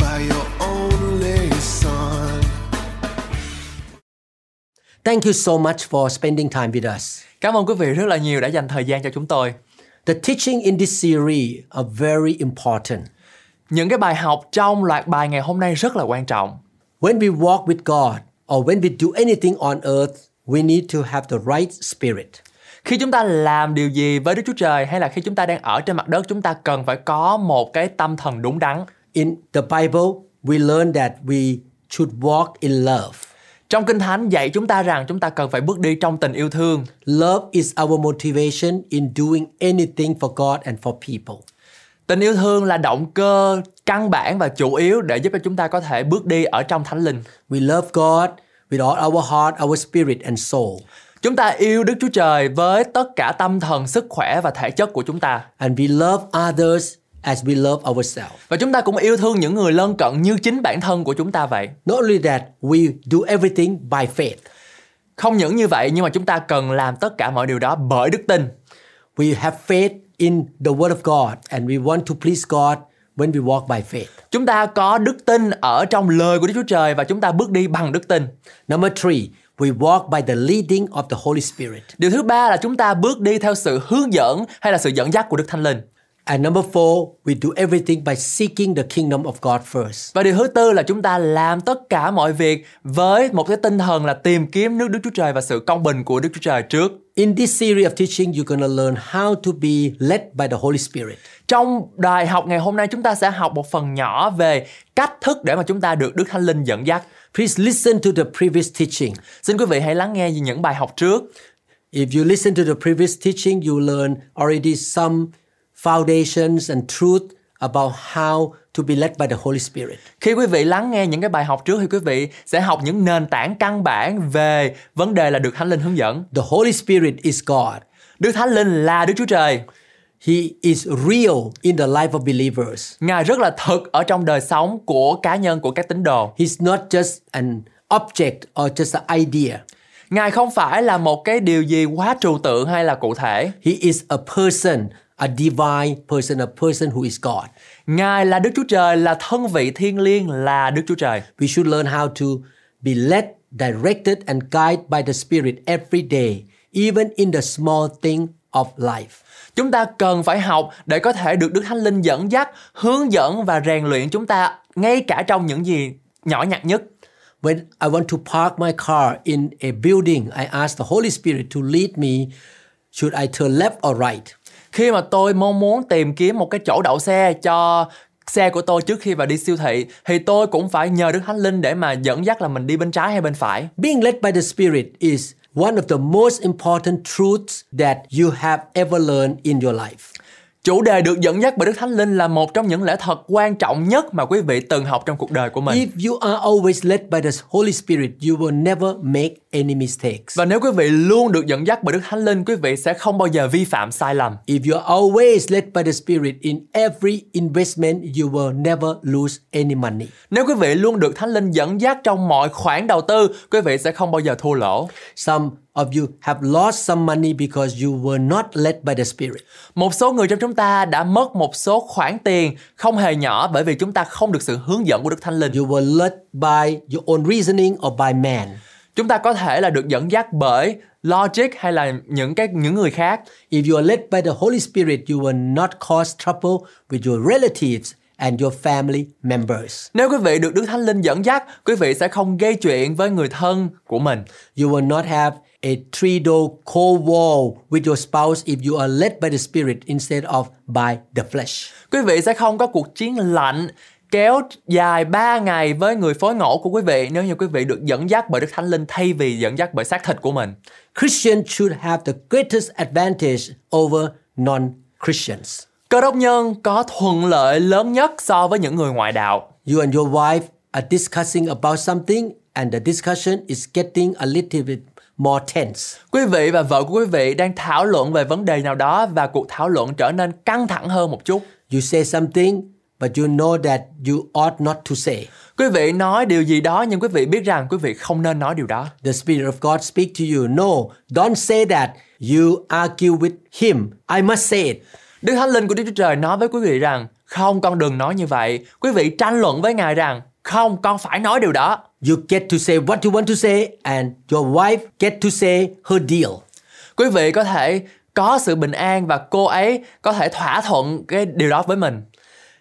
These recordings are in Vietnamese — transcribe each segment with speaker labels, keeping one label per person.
Speaker 1: by your only son.
Speaker 2: Thank you so much for spending time with us.
Speaker 3: Cảm ơn quý vị rất là nhiều đã dành thời gian cho chúng tôi.
Speaker 2: The teaching in this series are very important.
Speaker 3: Những cái bài học trong loạt bài ngày hôm nay rất là quan trọng.
Speaker 2: When we walk with God or when we do anything on earth, we need to have the right spirit.
Speaker 3: Khi chúng ta làm điều gì với Đức Chúa Trời hay là khi chúng ta đang ở trên mặt đất chúng ta cần phải có một cái tâm thần đúng đắn.
Speaker 2: In the Bible, we learn that we should walk in love.
Speaker 3: Trong Kinh Thánh dạy chúng ta rằng chúng ta cần phải bước đi trong tình yêu thương.
Speaker 2: Love is our motivation in doing anything for God and for people.
Speaker 3: Tình yêu thương là động cơ căn bản và chủ yếu để giúp cho chúng ta có thể bước đi ở trong Thánh Linh.
Speaker 2: We love God with all our heart, our spirit, and soul.
Speaker 3: Chúng ta yêu Đức Chúa Trời với tất cả tâm thần, sức khỏe và thể chất của chúng ta.
Speaker 2: And we love others as we love ourselves.
Speaker 3: Và chúng ta cũng yêu thương những người lân cận như chính bản thân của chúng ta vậy.
Speaker 2: Not only that, we do everything by faith.
Speaker 3: Không những như vậy nhưng mà chúng ta cần làm tất cả mọi điều đó bởi đức tin.
Speaker 2: We have faith in the Word of God and we want to please God when we walk by faith.
Speaker 3: Chúng ta có đức tin ở trong lời của Đức Chúa Trời và chúng ta bước đi bằng đức tin.
Speaker 2: Number three, we walk by the leading of the Holy Spirit.
Speaker 3: Điều thứ ba là chúng ta bước đi theo sự hướng dẫn hay là sự dẫn dắt của Đức Thánh Linh.
Speaker 2: And number four, we do everything by seeking the kingdom of God first.
Speaker 3: Và điều thứ tư là chúng ta làm tất cả mọi việc với một cái tinh thần là tìm kiếm nước Đức Chúa Trời và sự công bình của Đức Chúa Trời trước.
Speaker 2: In this series of teaching, you're going to learn how to be led by the Holy Spirit.
Speaker 3: Trong bài học ngày hôm nay chúng ta sẽ học một phần nhỏ về cách thức để mà chúng ta được Đức Thánh Linh dẫn dắt.
Speaker 2: Please listen to the previous teaching.
Speaker 3: Xin quý vị hãy lắng nghe những bài học trước.
Speaker 2: If you listen to the previous teaching, you learn already some foundations and truth about how to be led by the Holy Spirit.
Speaker 3: Khi quý vị lắng nghe những cái bài học trước thì quý vị sẽ học những nền tảng căn bản về vấn đề là được Thánh Linh hướng dẫn.
Speaker 2: The Holy Spirit is God.
Speaker 3: Đức Thánh Linh là Đức Chúa Trời.
Speaker 2: He is real in the life of believers.
Speaker 3: Ngài rất là thực ở trong đời sống của cá nhân của các tín đồ.
Speaker 2: He's not just an object or just an idea.
Speaker 3: Ngài không phải là một cái điều gì quá trừu tượng hay là cụ thể.
Speaker 2: He is a person, a divine person, a person who is God.
Speaker 3: Ngài là Đức Chúa Trời, là thân vị thiên liêng là Đức Chúa Trời.
Speaker 2: We should learn how to be led, directed, and guided by the Spirit every day, even in the small thing of life.
Speaker 3: Chúng ta cần phải học để có thể được Đức Thánh Linh dẫn dắt, hướng dẫn và rèn luyện chúng ta ngay cả trong những gì nhỏ nhặt nhất.
Speaker 2: When I want to park my car in a building, I ask the Holy Spirit to lead me. Should I turn left or right?
Speaker 3: Khi mà tôi mong muốn tìm kiếm một cái chỗ đậu xe cho xe của tôi trước khi vào đi siêu thị thì tôi cũng phải nhờ Đức Thánh Linh để mà dẫn dắt là mình đi bên trái hay bên phải.
Speaker 2: Being led by the Spirit is one of the most important truths that you have ever learned in your life.
Speaker 3: Chủ đề được dẫn dắt bởi Đức Thánh Linh là một trong những lẽ thật quan trọng nhất mà quý vị từng học trong cuộc đời của mình.
Speaker 2: If you are always led by the Holy Spirit, you will never make any mistakes.
Speaker 3: Và nếu quý vị luôn được dẫn dắt bởi Đức Thánh Linh, quý vị sẽ không bao giờ vi phạm sai lầm.
Speaker 2: If you are always led by the Spirit in every investment, you will never lose any money.
Speaker 3: Nếu quý vị luôn được Thánh Linh dẫn dắt trong mọi khoản đầu tư, quý vị sẽ không bao giờ thua lỗ.
Speaker 2: Some of you have lost some money because you were not led by the Spirit.
Speaker 3: Một số người trong chúng ta đã mất một số khoản tiền không hề nhỏ bởi vì chúng ta không được sự hướng dẫn của Đức Thánh Linh.
Speaker 2: You were led by your own reasoning or by man.
Speaker 3: Chúng ta có thể là được dẫn dắt bởi logic hay là những cái những người khác.
Speaker 2: If you are led by the Holy Spirit, you will not cause trouble with your relatives and your family members.
Speaker 3: Nếu quý vị được Đức Thánh Linh dẫn dắt, quý vị sẽ không gây chuyện với người thân của mình.
Speaker 2: You will not have a three door cold wall with your spouse if you are led by the Spirit instead of by the flesh.
Speaker 3: Quý vị sẽ không có cuộc chiến lạnh kéo dài 3 ngày với người phối ngẫu của quý vị nếu như quý vị được dẫn dắt bởi Đức Thánh Linh thay vì dẫn dắt bởi xác thịt của mình.
Speaker 2: Christians should have the greatest advantage over non Christians.
Speaker 3: Cơ đốc nhân có thuận lợi lớn nhất so với những người ngoại đạo.
Speaker 2: You and your wife are discussing about something, and the discussion is getting a little bit more tense.
Speaker 3: Quý vị và vợ của quý vị đang thảo luận về vấn đề nào đó và cuộc thảo luận trở nên căng thẳng hơn một chút.
Speaker 2: You say something, but you know that you ought not to say.
Speaker 3: Quý vị nói điều gì đó nhưng quý vị biết rằng quý vị không nên nói điều đó.
Speaker 2: The Spirit of God speak to you. No, don't say that. You argue with Him. I must say it.
Speaker 3: Đức Thánh Linh của Đức Chúa Trời nói với quý vị rằng không con đừng nói như vậy. Quý vị tranh luận với Ngài rằng không con phải nói điều đó.
Speaker 2: You get to say what you want to say, and your wife get to say her deal.
Speaker 3: Quý vị có thể có sự bình an và cô ấy có thể thỏa thuận cái điều đó với mình.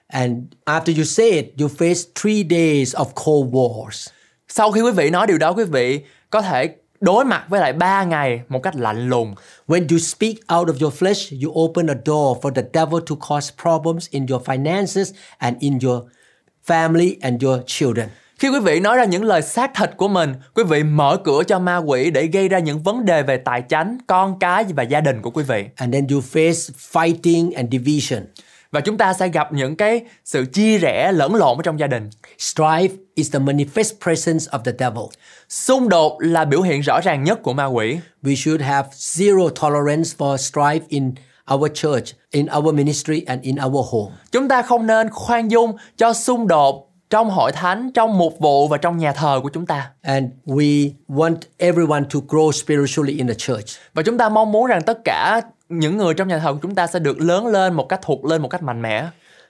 Speaker 2: And after you say it, you face three days of cold wars.
Speaker 3: Sau khi quý vị nói điều đó quý vị có thể đối mặt với lại 3 ngày một cách lạnh lùng.
Speaker 2: When you speak out of your flesh, you open a door for the devil to cause problems in your finances and in your family and your children.
Speaker 3: Khi quý vị nói ra những lời xác thịt của mình, quý vị mở cửa cho ma quỷ để gây ra những vấn đề về tài chánh, con cái và gia đình của quý vị.
Speaker 2: And then you face fighting and division.
Speaker 3: Và chúng ta sẽ gặp những cái sự chia rẽ lẫn lộn ở trong gia đình.
Speaker 2: Strife is the manifest presence of the devil.
Speaker 3: Xung đột là biểu hiện rõ ràng nhất của ma quỷ.
Speaker 2: We should have zero tolerance for strife in our church, in our ministry, and in our home.
Speaker 3: Chúng ta không nên khoan dung cho xung đột trong hội thánh, trong mục vụ và trong nhà thờ của chúng ta.
Speaker 2: And we want everyone to grow spiritually in the church.
Speaker 3: Và chúng ta mong muốn rằng tất cả những người trong nhà thờ của chúng ta sẽ được lớn lên một cách thuộc lên một cách mạnh mẽ.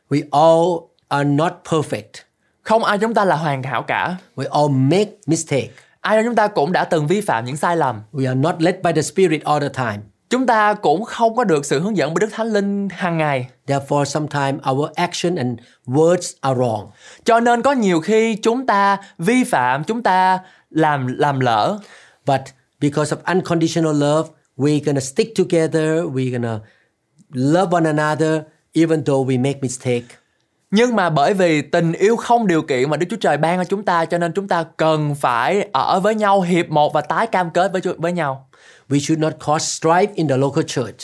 Speaker 2: We all are not perfect.
Speaker 3: Không ai chúng ta là hoàn hảo cả.
Speaker 2: We all make mistake.
Speaker 3: Ai trong chúng ta cũng đã từng vi phạm những sai lầm.
Speaker 2: We are not led by the Spirit all the time.
Speaker 3: Chúng ta cũng không có được sự hướng dẫn bởi Đức Thánh Linh hàng ngày.
Speaker 2: Therefore, sometimes our action and words are wrong.
Speaker 3: Cho nên có nhiều khi chúng ta vi phạm, chúng ta làm làm lỡ.
Speaker 2: But because of unconditional love, we're gonna stick together. We're gonna love one another, even though we make mistake.
Speaker 3: Nhưng mà bởi vì tình yêu không điều kiện mà Đức Chúa Trời ban cho chúng ta cho nên chúng ta cần phải ở với nhau hiệp một và tái cam kết với với nhau.
Speaker 2: We should not cause strife in the local church.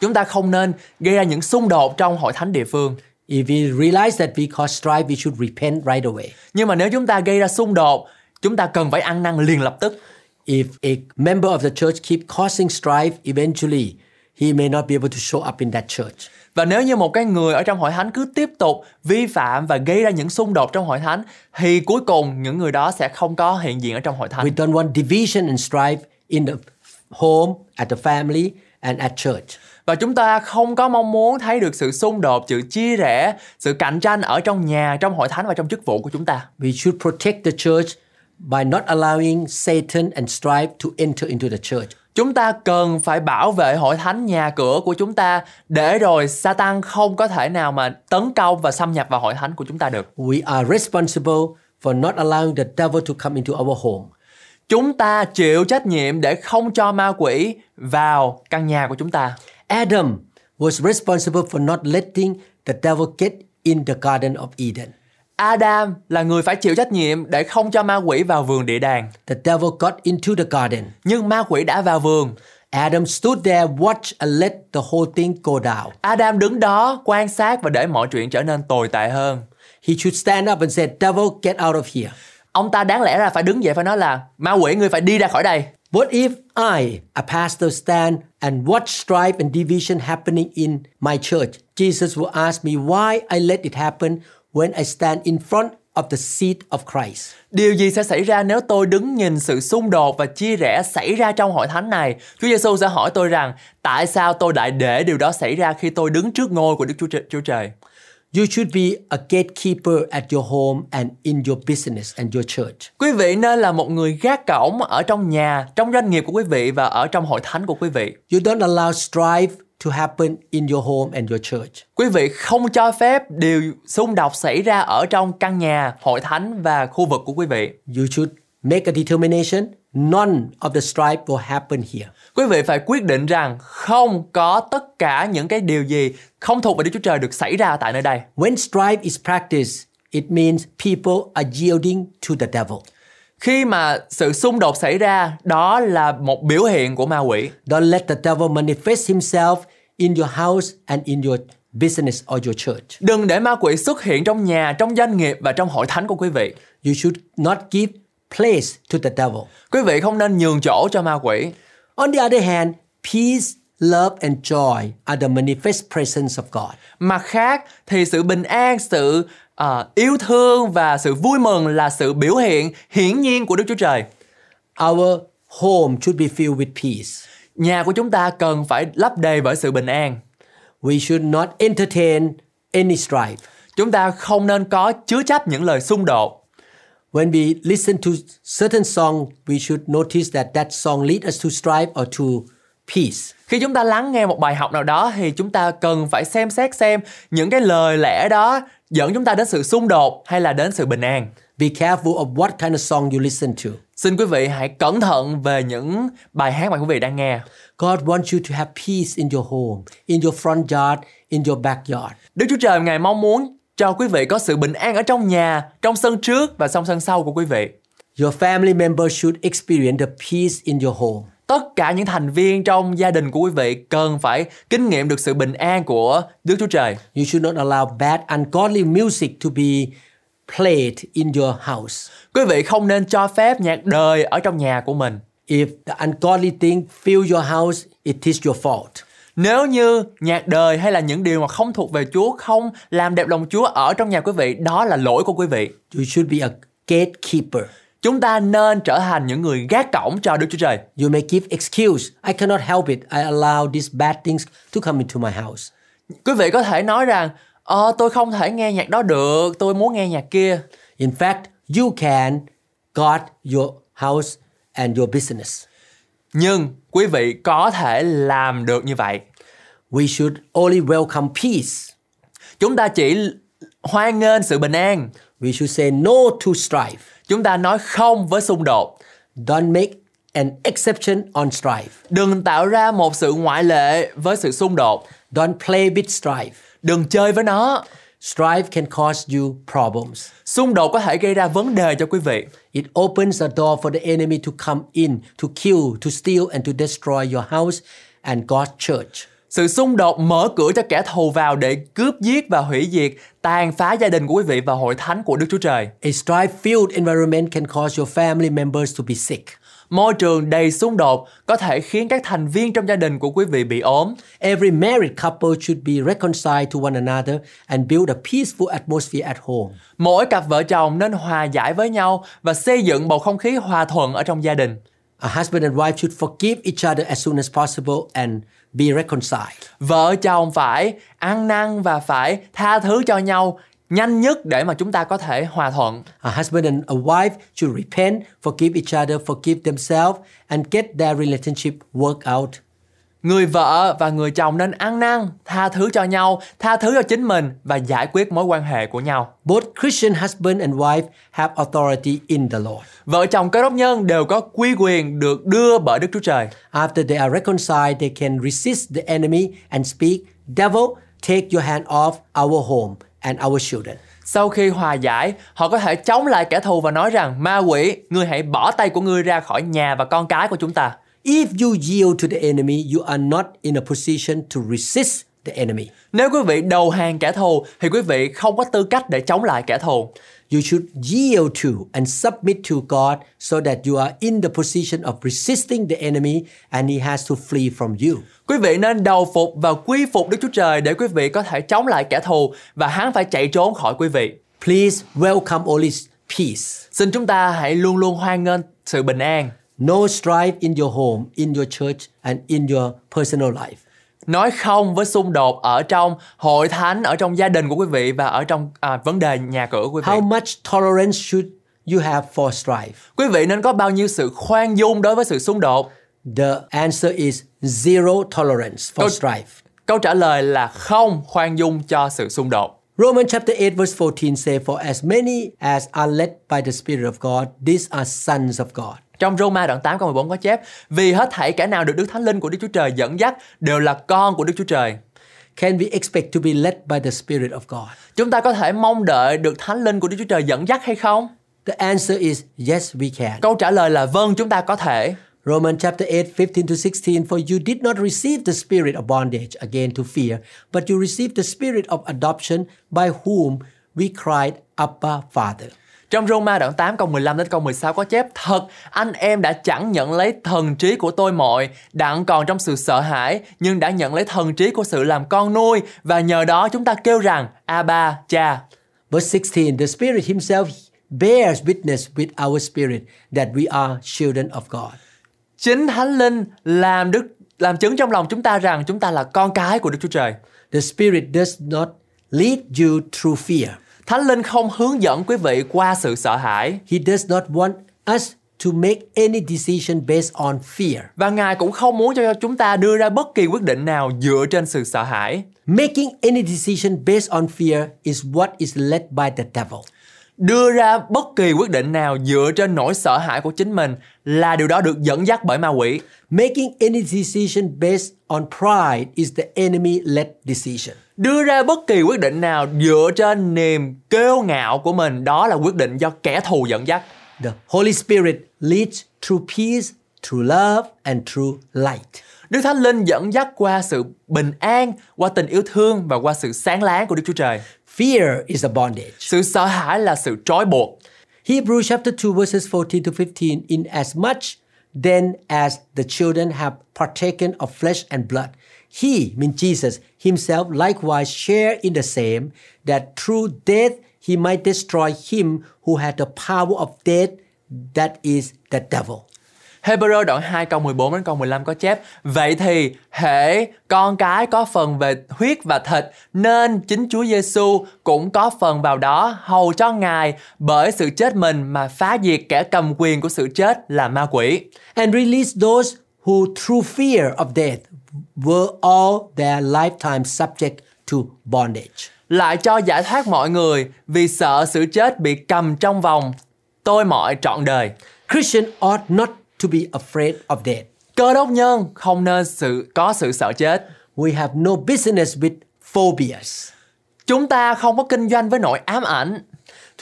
Speaker 3: Chúng ta không nên gây ra những xung đột trong hội thánh địa phương.
Speaker 2: If we realize that we cause strife, we should repent right away.
Speaker 3: Nhưng mà nếu chúng ta gây ra xung đột, chúng ta cần phải ăn năn liền lập tức.
Speaker 2: If a member of the church keep causing strife, eventually he may not be able to show up in that church.
Speaker 3: Và nếu như một cái người ở trong hội thánh cứ tiếp tục vi phạm và gây ra những xung đột trong hội thánh thì cuối cùng những người đó sẽ không có hiện diện ở trong hội thánh.
Speaker 2: We don't want division and strife in the home, at the family, and at church.
Speaker 3: Và chúng ta không có mong muốn thấy được sự xung đột, sự chia rẽ, sự cạnh tranh ở trong nhà, trong hội thánh và trong chức vụ của chúng ta.
Speaker 2: We should protect the church by not allowing Satan and strife to enter into the church.
Speaker 3: Chúng ta cần phải bảo vệ hội thánh nhà cửa của chúng ta để rồi Satan không có thể nào mà tấn công và xâm nhập vào hội thánh của chúng ta được.
Speaker 2: We are responsible for not allowing the devil to come into our home.
Speaker 3: Chúng ta chịu trách nhiệm để không cho ma quỷ vào căn nhà của chúng ta.
Speaker 2: Adam was responsible for not letting the devil get in the Garden of Eden.
Speaker 3: Adam là người phải chịu trách nhiệm để không cho ma quỷ vào vườn địa đàng.
Speaker 2: The devil got into the garden.
Speaker 3: Nhưng ma quỷ đã vào vườn.
Speaker 2: Adam stood there, watched, and let the whole thing go down.
Speaker 3: Adam đứng đó quan sát và để mọi chuyện trở nên tồi tệ hơn.
Speaker 2: He should stand up and say, Devil, get out of here.
Speaker 3: Ông ta đáng lẽ ra phải đứng dậy phải nói là ma quỷ người phải đi ra khỏi đây.
Speaker 2: What if I, a pastor, stand and watch strife and division happening in my church? Jesus will ask me why I let it happen when I stand in front of the seat of Christ.
Speaker 3: Điều gì sẽ xảy ra nếu tôi đứng nhìn sự xung đột và chia rẽ xảy ra trong hội thánh này? Chúa Giêsu sẽ hỏi tôi rằng tại sao tôi lại để điều đó xảy ra khi tôi đứng trước ngôi của Đức Chúa Trời- Chúa Trời?
Speaker 2: You should be a gatekeeper at your home and in your business and your church.
Speaker 3: Quý vị nên là một người gác cổng ở trong nhà, trong doanh nghiệp của quý vị và ở trong hội thánh của quý vị.
Speaker 2: You don't allow strife to happen in your home and your church.
Speaker 3: Quý vị không cho phép điều xung đột xảy ra ở trong căn nhà, hội thánh và khu vực của quý vị.
Speaker 2: You should make a determination none of the strife will happen here.
Speaker 3: Quý vị phải quyết định rằng không có tất cả những cái điều gì không thuộc về Đức Chúa Trời được xảy ra tại nơi đây.
Speaker 2: When strife is practiced, it means people are yielding to the devil.
Speaker 3: Khi mà sự xung đột xảy ra, đó là một biểu hiện của ma quỷ.
Speaker 2: Don't let the devil manifest himself in your house and in your business or your church.
Speaker 3: Đừng để ma quỷ xuất hiện trong nhà, trong doanh nghiệp và trong hội thánh của quý vị.
Speaker 2: You should not give place to the devil.
Speaker 3: Quý vị không nên nhường chỗ cho ma quỷ.
Speaker 2: On the other hand, peace, love, and joy are the manifest presence of God.
Speaker 3: Mặt khác thì sự bình an, sự à, yêu thương và sự vui mừng là sự biểu hiện hiển nhiên của Đức Chúa Trời.
Speaker 2: Our home should be filled with peace.
Speaker 3: Nhà của chúng ta cần phải lấp đầy bởi sự bình an.
Speaker 2: We should not entertain any strife.
Speaker 3: Chúng ta không nên có chứa chấp những lời xung đột.
Speaker 2: When we listen to certain song, we should notice that that song leads us to strife or to peace.
Speaker 3: Khi chúng ta lắng nghe một bài học nào đó thì chúng ta cần phải xem xét xem những cái lời lẽ đó dẫn chúng ta đến sự xung đột hay là đến sự bình an.
Speaker 2: Be careful of what kind of song you listen to.
Speaker 3: Xin quý vị hãy cẩn thận về những bài hát mà quý vị đang nghe.
Speaker 2: God wants you to have peace in your home, in your front yard, in your backyard.
Speaker 3: Đức Chúa Trời ngài mong muốn cho quý vị có sự bình an ở trong nhà, trong sân trước và trong sân sau của quý vị.
Speaker 2: Your family members should experience the peace in your home.
Speaker 3: Tất cả những thành viên trong gia đình của quý vị cần phải kinh nghiệm được sự bình an của Đức Chúa Trời.
Speaker 2: You should not allow bad, ungodly music to be played in your house.
Speaker 3: Quý vị không nên cho phép nhạc đời ở trong nhà của mình.
Speaker 2: If the ungodly thing fill your house, it is your fault.
Speaker 3: Nếu như nhạc đời hay là những điều mà không thuộc về Chúa không làm đẹp lòng Chúa ở trong nhà quý vị, đó là lỗi của quý vị.
Speaker 2: You should be a gatekeeper.
Speaker 3: Chúng ta nên trở thành những người gác cổng cho Đức Chúa Trời.
Speaker 2: You may give excuse. I cannot help it. I allow these bad things to come into my house.
Speaker 3: Quý vị có thể nói rằng, ờ, tôi không thể nghe nhạc đó được, tôi muốn nghe nhạc kia.
Speaker 2: In fact, you can guard your house and your business.
Speaker 3: Nhưng quý vị có thể làm được như vậy.
Speaker 2: We should only welcome peace.
Speaker 3: Chúng ta chỉ hoan nghênh sự bình an.
Speaker 2: We should say no to strife.
Speaker 3: Chúng ta nói không với xung đột.
Speaker 2: Don't make an exception on strife.
Speaker 3: Đừng tạo ra một sự ngoại lệ với sự xung đột.
Speaker 2: Don't play with strife.
Speaker 3: Đừng chơi với nó.
Speaker 2: Strife can cause you problems.
Speaker 3: Xung đột có thể gây ra vấn đề cho quý vị.
Speaker 2: It opens the door for the enemy to come in, to kill, to steal, and to destroy your house and God's church.
Speaker 3: Sự xung đột mở cửa cho kẻ thù vào để cướp giết và hủy diệt, tàn phá gia đình của quý vị và hội thánh của Đức Chúa Trời.
Speaker 2: A strife filled environment can cause your family members to be sick.
Speaker 3: Môi trường đầy xung đột có thể khiến các thành viên trong gia đình của quý vị bị ốm.
Speaker 2: Every married couple should be reconciled to one another and build a peaceful atmosphere at home.
Speaker 3: Mỗi cặp vợ chồng nên hòa giải với nhau và xây dựng bầu không khí hòa thuận ở trong gia đình.
Speaker 2: A husband and wife should forgive each other as soon as possible and be reconciled.
Speaker 3: Vợ chồng phải ăn năn và phải tha thứ cho nhau nhanh nhất để mà chúng ta có thể hòa thuận.
Speaker 2: A husband and a wife should repent, forgive each other, forgive themselves, and get their relationship worked out.
Speaker 3: Người vợ và người chồng nên ăn năn, tha thứ cho nhau, tha thứ cho chính mình và giải quyết mối quan hệ của nhau.
Speaker 2: Both Christian husband and wife have authority in the Lord.
Speaker 3: Vợ chồng cơ đốc nhân đều có quy quyền được đưa bởi Đức Chúa Trời.
Speaker 2: After they are reconciled, they can resist the enemy and speak, Devil, take your hand off our home and our children.
Speaker 3: Sau khi hòa giải, họ có thể chống lại kẻ thù và nói rằng ma quỷ, ngươi hãy bỏ tay của ngươi ra khỏi nhà và con cái của chúng ta.
Speaker 2: If you yield to the enemy, you are not in a position to resist the enemy.
Speaker 3: Nếu quý vị đầu hàng kẻ thù thì quý vị không có tư cách để chống lại kẻ thù.
Speaker 2: You should yield to and submit to God so that you are in the position of resisting the enemy and he has to flee from you.
Speaker 3: Quý vị nên đầu phục và quy phục Đức Chúa Trời để quý vị có thể chống lại kẻ thù và hắn phải chạy trốn khỏi quý vị.
Speaker 2: Please welcome only peace.
Speaker 3: Xin chúng ta hãy luôn luôn hoan nghênh sự bình an.
Speaker 2: No strife in your home, in your church, and in your personal life.
Speaker 3: Nói không với xung đột ở trong hội thánh, ở trong gia đình của quý vị và ở trong à, vấn đề nhà cửa của quý vị.
Speaker 2: How much tolerance should you have for strife?
Speaker 3: Quý vị nên có bao nhiêu sự khoan dung đối với sự xung đột?
Speaker 2: The answer is zero tolerance for
Speaker 3: Câu-
Speaker 2: strife.
Speaker 3: Câu trả lời là không khoan dung cho sự xung đột.
Speaker 2: Romans chapter 8 verse 14 say for as many as are led by the spirit of God these are sons of God.
Speaker 3: Trong Roma đoạn 8 câu 14 có chép Vì hết thảy kẻ nào được Đức Thánh Linh của Đức Chúa Trời dẫn dắt đều là con của Đức Chúa Trời.
Speaker 2: Can we expect to be led by the spirit of God?
Speaker 3: Chúng ta có thể mong đợi được Thánh Linh của Đức Chúa Trời dẫn dắt hay không?
Speaker 2: The answer is yes we can.
Speaker 3: Câu trả lời là vâng, chúng ta có thể.
Speaker 2: Romans chapter 8 15 to 16 for you did not receive the spirit of bondage again to fear but you received the spirit of adoption by whom we cried abba father.
Speaker 3: Trong Roma đoạn 8 câu 15 đến câu 16 có chép Thật, anh em đã chẳng nhận lấy thần trí của tôi mọi, đặng còn trong sự sợ hãi, nhưng đã nhận lấy thần trí của sự làm con nuôi và nhờ đó chúng ta kêu rằng Abba, cha.
Speaker 2: Verse 16 The Spirit Himself bears witness with our spirit that we are children of God.
Speaker 3: Chính Thánh Linh làm đức làm chứng trong lòng chúng ta rằng chúng ta là con cái của Đức Chúa Trời.
Speaker 2: The Spirit does not lead you through fear,
Speaker 3: Thánh Linh không hướng dẫn quý vị qua sự sợ hãi
Speaker 2: He does not want us to make any decision based on fear.
Speaker 3: và Ngài cũng không muốn cho chúng ta đưa ra bất kỳ quyết định nào dựa trên sự sợ hãi.
Speaker 2: Making any decision based on fear is what is led by the devil.
Speaker 3: Đưa ra bất kỳ quyết định nào dựa trên nỗi sợ hãi của chính mình là điều đó được dẫn dắt bởi ma quỷ.
Speaker 2: Making any decision based on pride is the enemy led decision.
Speaker 3: Đưa ra bất kỳ quyết định nào dựa trên niềm kiêu ngạo của mình đó là quyết định do kẻ thù dẫn dắt.
Speaker 2: The Holy Spirit leads through peace, through love, and through light.
Speaker 3: Đức Thánh Linh dẫn dắt qua sự bình an, qua tình yêu thương và qua sự sáng láng của Đức Chúa Trời.
Speaker 2: Fear is a bondage.
Speaker 3: Sự sợ hãi là sự trói buộc.
Speaker 2: Hebrews chapter 2 verses 14 to 15 in as much then as the children have partaken of flesh and blood he mean Jesus himself likewise share in the same that through death he might destroy him who had the power of death that is the devil
Speaker 3: Hebrew đoạn 2 câu 14 đến câu 15 có chép Vậy thì hễ con cái có phần về huyết và thịt Nên chính Chúa Giêsu cũng có phần vào đó Hầu cho Ngài bởi sự chết mình mà phá diệt kẻ cầm quyền của sự chết là ma quỷ
Speaker 2: and release those who through fear of death were all their lifetime subject to bondage
Speaker 3: Lại cho giải thoát mọi người vì sợ sự chết bị cầm trong vòng Tôi mọi trọn đời
Speaker 2: Christian ought not to be afraid of death
Speaker 3: Cơ đốc nhân không nên sự có sự sợ chết
Speaker 2: we have no business with phobias.
Speaker 3: Chúng ta không có kinh doanh với nỗi ám ảnh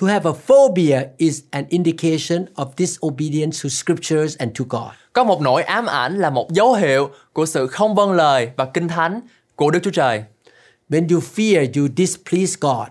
Speaker 2: To have a phobia is an indication of disobedience to scriptures and to God.
Speaker 3: Có một nỗi ám ảnh là một dấu hiệu của sự không vâng lời và kinh thánh của Đức Chúa Trời.
Speaker 2: When you fear, you displease God.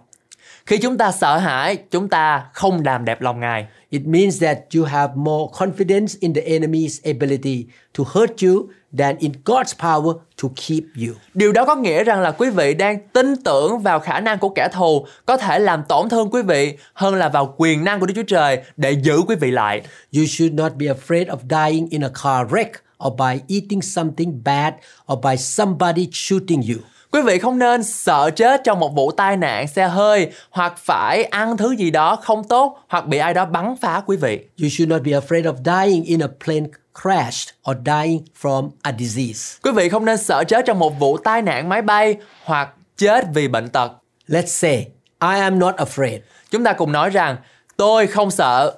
Speaker 3: Khi chúng ta sợ hãi, chúng ta không làm đẹp lòng Ngài.
Speaker 2: It means that you have more confidence in the enemy's ability to hurt you than in God's power to keep you.
Speaker 3: Điều đó có nghĩa rằng là quý vị đang tin tưởng vào khả năng của kẻ thù có thể làm tổn thương quý vị hơn là vào quyền năng của Đức Chúa Trời để giữ quý vị lại.
Speaker 2: You should not be afraid of dying in a car wreck or by eating something bad or by somebody shooting you.
Speaker 3: Quý vị không nên sợ chết trong một vụ tai nạn xe hơi hoặc phải ăn thứ gì đó không tốt hoặc bị ai đó bắn phá quý vị.
Speaker 2: You should not be afraid of dying in a plane crash or dying from a disease.
Speaker 3: Quý vị không nên sợ chết trong một vụ tai nạn máy bay hoặc chết vì bệnh tật.
Speaker 2: Let's say, I am not afraid.
Speaker 3: Chúng ta cùng nói rằng tôi không sợ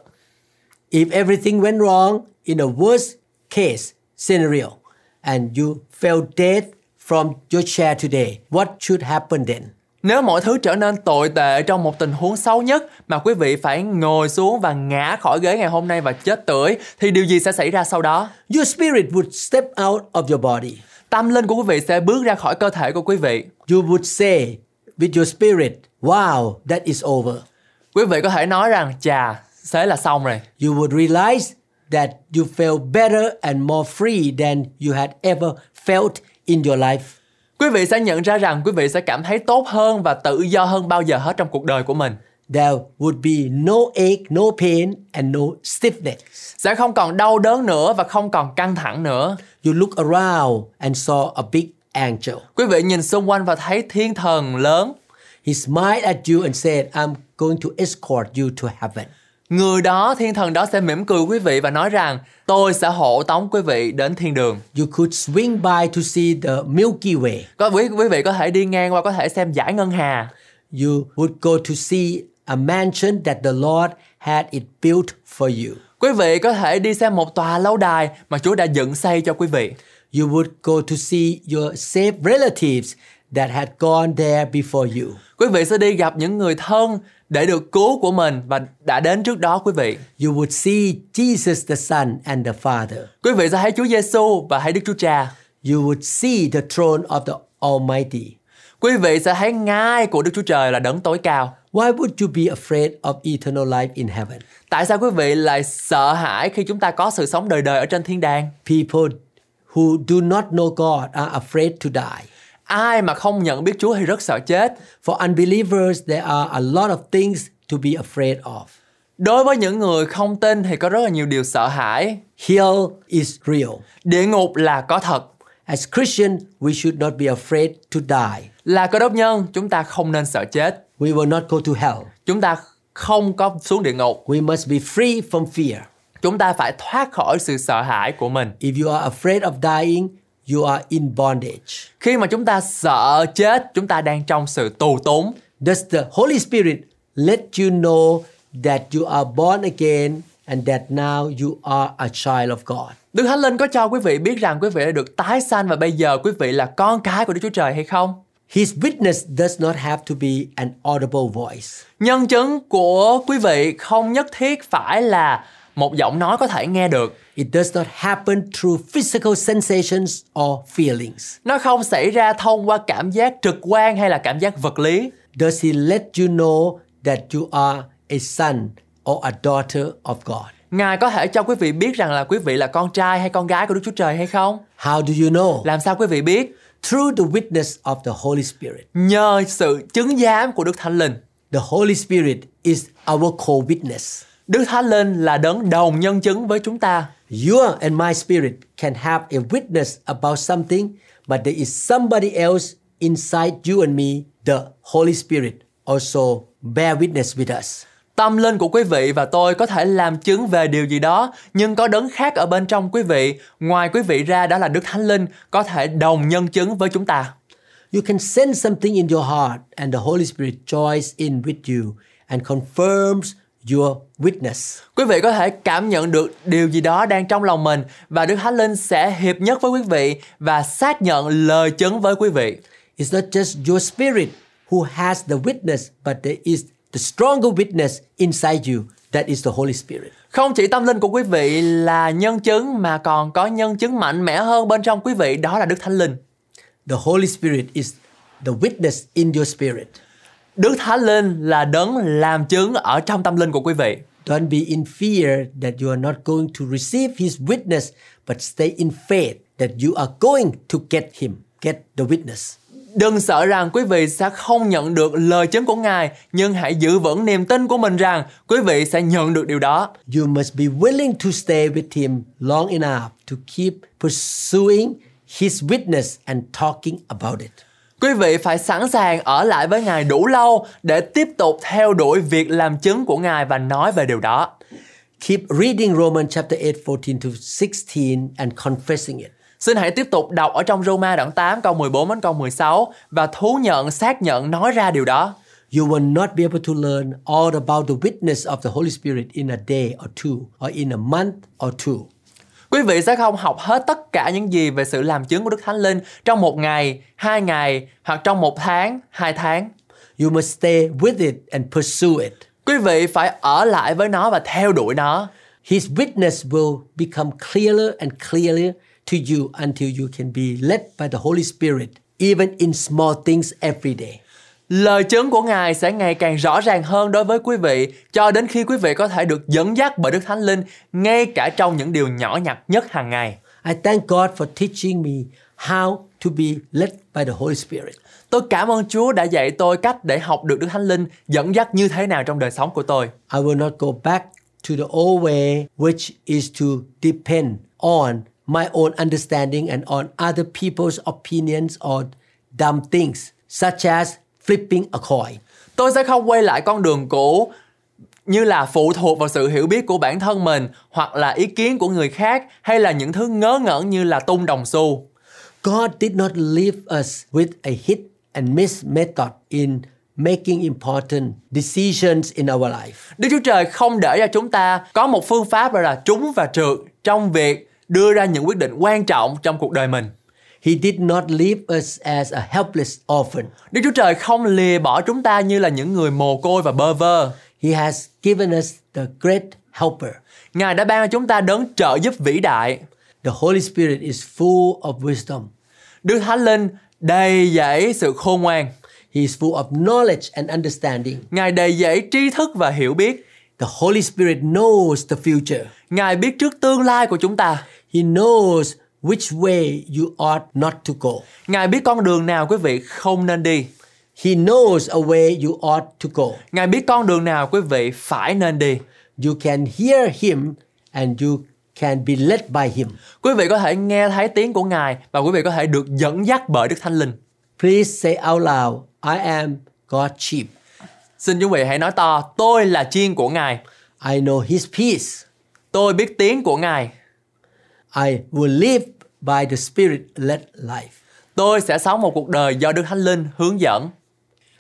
Speaker 2: If everything went wrong in a worst case scenario and you fell dead from your chair today, what should happen then?
Speaker 3: nếu mọi thứ trở nên tồi tệ trong một tình huống xấu nhất mà quý vị phải ngồi xuống và ngã khỏi ghế ngày hôm nay và chết tưởi thì điều gì sẽ xảy ra sau đó?
Speaker 2: Your spirit would step out of your body.
Speaker 3: Tâm linh của quý vị sẽ bước ra khỏi cơ thể của quý vị.
Speaker 2: You would say with your spirit, Wow, that is over.
Speaker 3: Quý vị có thể nói rằng chà, thế là xong rồi.
Speaker 2: You would realize that you felt better and more free than you had ever felt in your life.
Speaker 3: Quý vị sẽ nhận ra rằng quý vị sẽ cảm thấy tốt hơn và tự do hơn bao giờ hết trong cuộc đời của mình.
Speaker 2: there would be no ache, no pain, and no stiffness.
Speaker 3: Sẽ không còn đau đớn nữa và không còn căng thẳng nữa.
Speaker 2: You look around and saw a big angel.
Speaker 3: Quý vị nhìn xung quanh và thấy thiên thần lớn.
Speaker 2: He smiled at you and said, I'm going to escort you to heaven.
Speaker 3: Người đó, thiên thần đó sẽ mỉm cười quý vị và nói rằng tôi sẽ hộ tống quý vị đến thiên đường.
Speaker 2: You could swing by to see the Milky Way.
Speaker 3: Có quý, quý vị có thể đi ngang qua có thể xem giải ngân hà.
Speaker 2: You would go to see a mansion that the Lord had it built for you.
Speaker 3: Quý vị có thể đi xem một tòa lâu đài mà Chúa đã dựng xây cho quý vị.
Speaker 2: You would go to see your safe relatives that had gone there before you.
Speaker 3: Quý vị sẽ đi gặp những người thân để được cứu của mình và đã đến trước đó quý vị.
Speaker 2: You would see Jesus the Son and the Father.
Speaker 3: Quý vị sẽ thấy Chúa Giêsu và thấy Đức Chúa Cha.
Speaker 2: you would see the throne of the Almighty.
Speaker 3: quý vị sẽ thấy ngai của Đức Chúa Trời là đấng tối cao.
Speaker 2: Why would you be afraid of eternal life in heaven?
Speaker 3: Tại sao quý vị lại sợ hãi khi chúng ta có sự sống đời đời ở trên thiên đàng?
Speaker 2: People who do not know God are afraid to die.
Speaker 3: Ai mà không nhận biết Chúa thì rất sợ chết.
Speaker 2: For unbelievers, there are a lot of things to be afraid of.
Speaker 3: Đối với những người không tin thì có rất là nhiều điều sợ hãi.
Speaker 2: Hell is real.
Speaker 3: Địa ngục là có thật.
Speaker 2: As Christian, we should not be afraid to die.
Speaker 3: Là cơ đốc nhân, chúng ta không nên sợ chết.
Speaker 2: We will not go to hell.
Speaker 3: Chúng ta không có xuống địa ngục.
Speaker 2: We must be free from fear.
Speaker 3: Chúng ta phải thoát khỏi sự sợ hãi của mình.
Speaker 2: If you are afraid of dying, you are in bondage.
Speaker 3: Khi mà chúng ta sợ chết, chúng ta đang trong sự tù túng.
Speaker 2: Does the Holy Spirit let you know that you are born again and that now you are a child of God?
Speaker 3: Đức Thánh Linh có cho quý vị biết rằng quý vị đã được tái sanh và bây giờ quý vị là con cái của Đức Chúa Trời hay không?
Speaker 2: His witness does not have to be an audible voice.
Speaker 3: Nhân chứng của quý vị không nhất thiết phải là một giọng nói có thể nghe được.
Speaker 2: It does not happen through physical sensations or feelings.
Speaker 3: Nó không xảy ra thông qua cảm giác trực quan hay là cảm giác vật lý.
Speaker 2: Does he let you know that you are a son or a daughter of God?
Speaker 3: Ngài có thể cho quý vị biết rằng là quý vị là con trai hay con gái của Đức Chúa Trời hay không?
Speaker 2: How do you know?
Speaker 3: Làm sao quý vị biết?
Speaker 2: Through the witness of the Holy Spirit.
Speaker 3: Nhờ sự chứng giám của Đức Thánh Linh.
Speaker 2: The Holy Spirit is our co-witness.
Speaker 3: Đức Thánh Linh là đấng đồng nhân chứng với chúng ta.
Speaker 2: Your and my spirit can have a witness about something, but there is somebody else inside you and me, the Holy Spirit, also bear witness with us.
Speaker 3: Tâm linh của quý vị và tôi có thể làm chứng về điều gì đó, nhưng có đấng khác ở bên trong quý vị, ngoài quý vị ra đó là Đức Thánh Linh có thể đồng nhân chứng với chúng ta.
Speaker 2: You can sense something in your heart, and the Holy Spirit joins in with you and confirms your witness.
Speaker 3: Quý vị có thể cảm nhận được điều gì đó đang trong lòng mình và Đức Thánh Linh sẽ hiệp nhất với quý vị và xác nhận lời chứng với quý vị.
Speaker 2: It's not just your spirit who has the witness, but there is the stronger witness inside you that is the Holy Spirit.
Speaker 3: Không chỉ tâm linh của quý vị là nhân chứng mà còn có nhân chứng mạnh mẽ hơn bên trong quý vị đó là Đức Thánh Linh.
Speaker 2: The Holy Spirit is the witness in your spirit.
Speaker 3: Đức Thánh Linh là đấng làm chứng ở trong tâm linh của quý vị.
Speaker 2: Don't be in fear that you are not going to receive his witness, but stay in faith that you are going to get him, get the witness.
Speaker 3: Đừng sợ rằng quý vị sẽ không nhận được lời chứng của Ngài, nhưng hãy giữ vững niềm tin của mình rằng quý vị sẽ nhận được điều đó.
Speaker 2: You must be willing to stay with him long enough to keep pursuing his witness and talking about it.
Speaker 3: Quý vị phải sẵn sàng ở lại với Ngài đủ lâu để tiếp tục theo đuổi việc làm chứng của Ngài và nói về điều đó.
Speaker 2: Keep reading Romans chapter 8, 14 to 16 and confessing it.
Speaker 3: Xin hãy tiếp tục đọc ở trong Roma đoạn 8 câu 14 đến câu 16 và thú nhận, xác nhận nói ra điều đó.
Speaker 2: You will not be able to learn all about the witness of the Holy Spirit in a day or two, or in a month or two.
Speaker 3: Quý vị sẽ không học hết tất cả những gì về sự làm chứng của Đức Thánh Linh trong một ngày, hai ngày hoặc trong một tháng, hai tháng.
Speaker 2: You must stay with it and pursue it.
Speaker 3: Quý vị phải ở lại với nó và theo đuổi nó.
Speaker 2: His witness will become clearer and clearer to you until you can be led by the Holy Spirit, even in small things every day.
Speaker 3: Lời chứng của Ngài sẽ ngày càng rõ ràng hơn đối với quý vị cho đến khi quý vị có thể được dẫn dắt bởi Đức Thánh Linh ngay cả trong những điều nhỏ nhặt nhất hàng ngày.
Speaker 2: I thank God for teaching me how to be led by the Holy Spirit.
Speaker 3: Tôi cảm ơn Chúa đã dạy tôi cách để học được Đức Thánh Linh dẫn dắt như thế nào trong đời sống của tôi.
Speaker 2: I will not go back to the old way, which is to depend on my own understanding and on other people's opinions or dumb things, such as flipping a coin.
Speaker 3: Tôi sẽ không quay lại con đường cũ như là phụ thuộc vào sự hiểu biết của bản thân mình hoặc là ý kiến của người khác hay là những thứ ngớ ngẩn như là tung đồng xu.
Speaker 2: God did not leave us with a hit and miss method in making important decisions in our life.
Speaker 3: Đức Chúa Trời không để cho chúng ta có một phương pháp gọi là trúng và trượt trong việc đưa ra những quyết định quan trọng trong cuộc đời mình.
Speaker 2: He did not leave us as a helpless orphan.
Speaker 3: Đức Chúa Trời không lìa bỏ chúng ta như là những người mồ côi và bơ vơ.
Speaker 2: He has given us the great helper.
Speaker 3: Ngài đã ban cho chúng ta đấng trợ giúp vĩ đại.
Speaker 2: The Holy Spirit is full of wisdom.
Speaker 3: Đức Thánh Linh đầy dẫy sự khôn ngoan.
Speaker 2: He is full of knowledge and understanding.
Speaker 3: Ngài đầy dẫy tri thức và hiểu biết.
Speaker 2: The Holy Spirit knows the future.
Speaker 3: Ngài biết trước tương lai của chúng ta.
Speaker 2: He knows which way you ought not to go.
Speaker 3: Ngài biết con đường nào quý vị không nên đi.
Speaker 2: He knows a way you ought to go.
Speaker 3: Ngài biết con đường nào quý vị phải nên đi.
Speaker 2: You can hear him and you can be led by him.
Speaker 3: Quý vị có thể nghe thấy tiếng của Ngài và quý vị có thể được dẫn dắt bởi Đức Thánh Linh.
Speaker 2: Please say out loud, I am God's sheep.
Speaker 3: Xin quý vị hãy nói to, tôi là chiên của Ngài.
Speaker 2: I know his peace.
Speaker 3: Tôi biết tiếng của Ngài.
Speaker 2: I will live by the Spirit led life.
Speaker 3: Tôi sẽ sống một cuộc đời do Đức Thánh Linh hướng dẫn.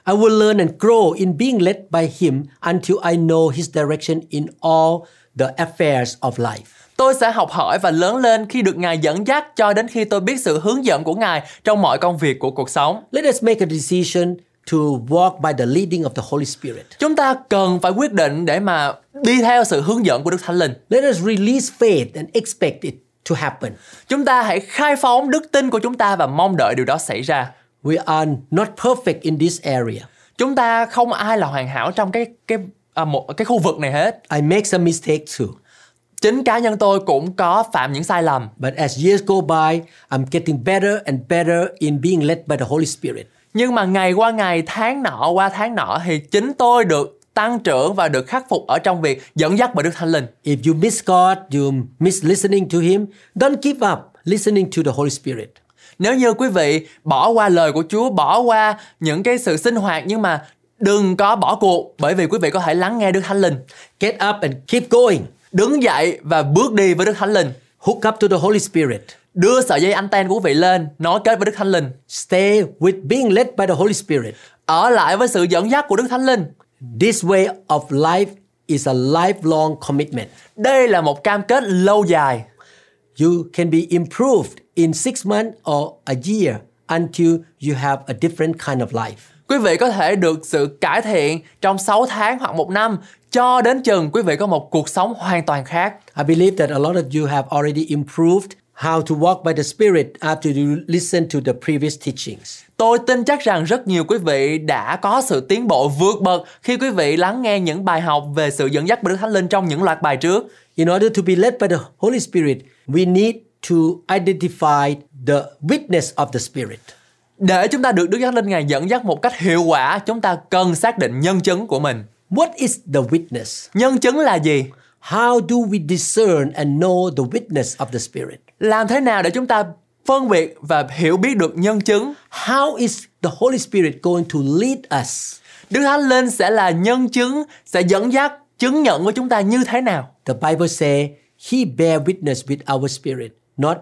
Speaker 2: I will learn and grow in being led by him until I know his direction in all the affairs of life.
Speaker 3: Tôi sẽ học hỏi và lớn lên khi được Ngài dẫn dắt cho đến khi tôi biết sự hướng dẫn của Ngài trong mọi công việc của cuộc sống.
Speaker 2: Let us make a decision to walk by the leading of the Holy Spirit.
Speaker 3: Chúng ta cần phải quyết định để mà đi theo sự hướng dẫn của Đức Thánh Linh.
Speaker 2: Let us release faith and expect it to happen.
Speaker 3: Chúng ta hãy khai phóng đức tin của chúng ta và mong đợi điều đó xảy ra.
Speaker 2: We are not perfect in this area.
Speaker 3: Chúng ta không ai là hoàn hảo trong cái cái à, một cái khu vực này hết.
Speaker 2: I make some mistakes too.
Speaker 3: Chính cá nhân tôi cũng có phạm những sai lầm,
Speaker 2: But as years go by, I'm getting better and better in being led by the Holy Spirit.
Speaker 3: nhưng mà ngày qua ngày, tháng nọ qua tháng nọ thì chính tôi được tăng trưởng và được khắc phục ở trong việc dẫn dắt bởi Đức Thánh Linh.
Speaker 2: If you miss God, you miss listening to Him, don't give up listening to the Holy Spirit.
Speaker 3: Nếu như quý vị bỏ qua lời của Chúa, bỏ qua những cái sự sinh hoạt nhưng mà đừng có bỏ cuộc bởi vì quý vị có thể lắng nghe Đức Thánh Linh.
Speaker 2: Get up and keep going.
Speaker 3: Đứng dậy và bước đi với Đức Thánh Linh.
Speaker 2: Hook up to the Holy Spirit.
Speaker 3: Đưa sợi dây anten của quý vị lên, nối kết với Đức Thánh Linh.
Speaker 2: Stay with being led by the Holy Spirit.
Speaker 3: Ở lại với sự dẫn dắt của Đức Thánh Linh.
Speaker 2: This way of life is a lifelong commitment.
Speaker 3: Đây là một cam kết lâu dài.
Speaker 2: You can be improved in six months or a year until you have a different kind of life.
Speaker 3: Quý vị có thể được sự cải thiện trong 6 tháng hoặc một năm cho đến chừng quý vị có một cuộc sống hoàn toàn khác.
Speaker 2: I believe that a lot of you have already improved how to walk by the Spirit after you listen to the previous teachings.
Speaker 3: Tôi tin chắc rằng rất nhiều quý vị đã có sự tiến bộ vượt bậc khi quý vị lắng nghe những bài học về sự dẫn dắt bởi Đức Thánh Linh trong những loạt bài trước.
Speaker 2: In order to be led by the Holy Spirit, we need to identify the witness of the Spirit.
Speaker 3: Để chúng ta được Đức Thánh Linh Ngài dẫn dắt một cách hiệu quả, chúng ta cần xác định nhân chứng của mình.
Speaker 2: What is the witness?
Speaker 3: Nhân chứng là gì?
Speaker 2: How do we discern and know the witness of the Spirit?
Speaker 3: Làm thế nào để chúng ta phân biệt và hiểu biết được nhân chứng?
Speaker 2: How is the Holy Spirit going to lead us?
Speaker 3: Đức Thánh Linh sẽ là nhân chứng, sẽ dẫn dắt, chứng nhận của chúng ta như thế nào?
Speaker 2: The Bible says he bear witness with our spirit, not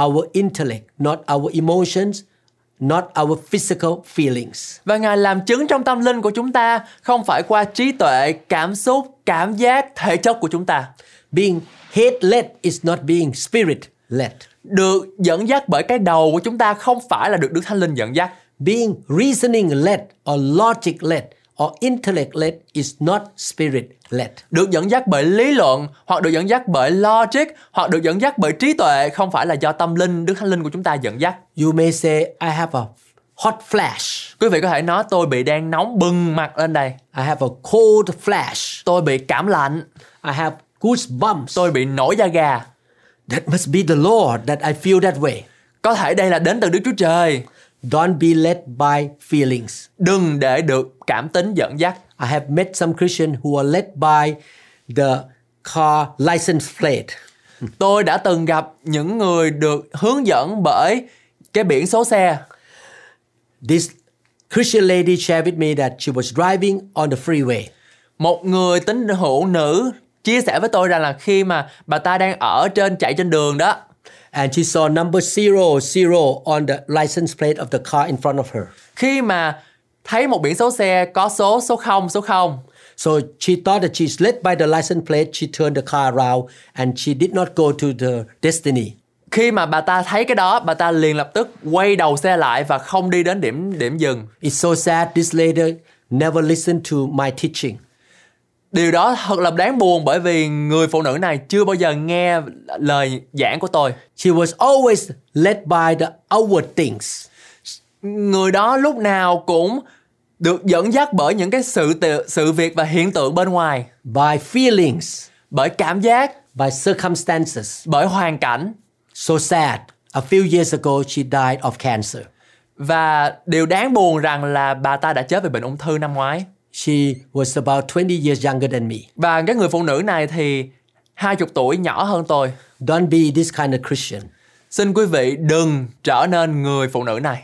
Speaker 2: our intellect, not our emotions, not our physical feelings.
Speaker 3: Và Ngài làm chứng trong tâm linh của chúng ta không phải qua trí tuệ, cảm xúc, cảm giác, thể chất của chúng ta.
Speaker 2: Being head led is not being spirit led.
Speaker 3: Được dẫn dắt bởi cái đầu của chúng ta không phải là được Đức Thánh Linh dẫn dắt.
Speaker 2: Being reasoning led or logic led or intellect led is not spirit led.
Speaker 3: Được dẫn dắt bởi lý luận, hoặc được dẫn dắt bởi logic, hoặc được dẫn dắt bởi trí tuệ không phải là do tâm linh, Đức Thánh Linh của chúng ta dẫn dắt.
Speaker 2: You may say, I have a hot flash.
Speaker 3: Quý vị có thể nói tôi bị đang nóng bừng mặt lên đây,
Speaker 2: I have a cold flash.
Speaker 3: tôi bị cảm lạnh,
Speaker 2: I have goosebumps.
Speaker 3: tôi bị nổi da gà.
Speaker 2: That must be the Lord that I feel that way.
Speaker 3: Có thể đây là đến từ Đức Chúa Trời.
Speaker 2: Don't be led by feelings.
Speaker 3: Đừng để được cảm tính dẫn dắt.
Speaker 2: I have met some Christians who are led by the car license plate.
Speaker 3: Tôi đã từng gặp những người được hướng dẫn bởi cái biển số xe.
Speaker 2: This Christian lady shared with me that she was driving on the freeway.
Speaker 3: Một người tín hữu nữ chia sẻ với tôi rằng là khi mà bà ta đang ở trên chạy trên đường đó
Speaker 2: And she saw number zero zero on the license plate of the car in front of her.
Speaker 3: khi mà thấy một biển số xe có số số 0 số 0
Speaker 2: So she thought that she's led by the license plate. She turned the car around and she did not go to the destiny.
Speaker 3: khi mà bà ta thấy cái đó bà ta liền lập tức quay đầu xe lại và không đi đến điểm điểm dừng
Speaker 2: It's so sad this lady never listened to my teaching.
Speaker 3: điều đó thật là đáng buồn bởi vì người phụ nữ này chưa bao giờ nghe lời giảng của tôi
Speaker 2: She was always led by the outward things.
Speaker 3: người đó lúc nào cũng được dẫn dắt bởi những cái sự tự, sự việc và hiện tượng bên ngoài,
Speaker 2: by feelings,
Speaker 3: bởi cảm giác,
Speaker 2: by circumstances.
Speaker 3: bởi hoàn cảnh
Speaker 2: So sad. A few years ago, she died of cancer.
Speaker 3: và điều đáng buồn rằng là bà ta đã chết vì bệnh ung thư năm ngoái.
Speaker 2: She was about 20 years younger than me.
Speaker 3: Và cái người phụ nữ này thì 20 tuổi nhỏ hơn tôi.
Speaker 2: Don't be this kind of Christian.
Speaker 3: Xin quý vị đừng trở nên người phụ nữ này.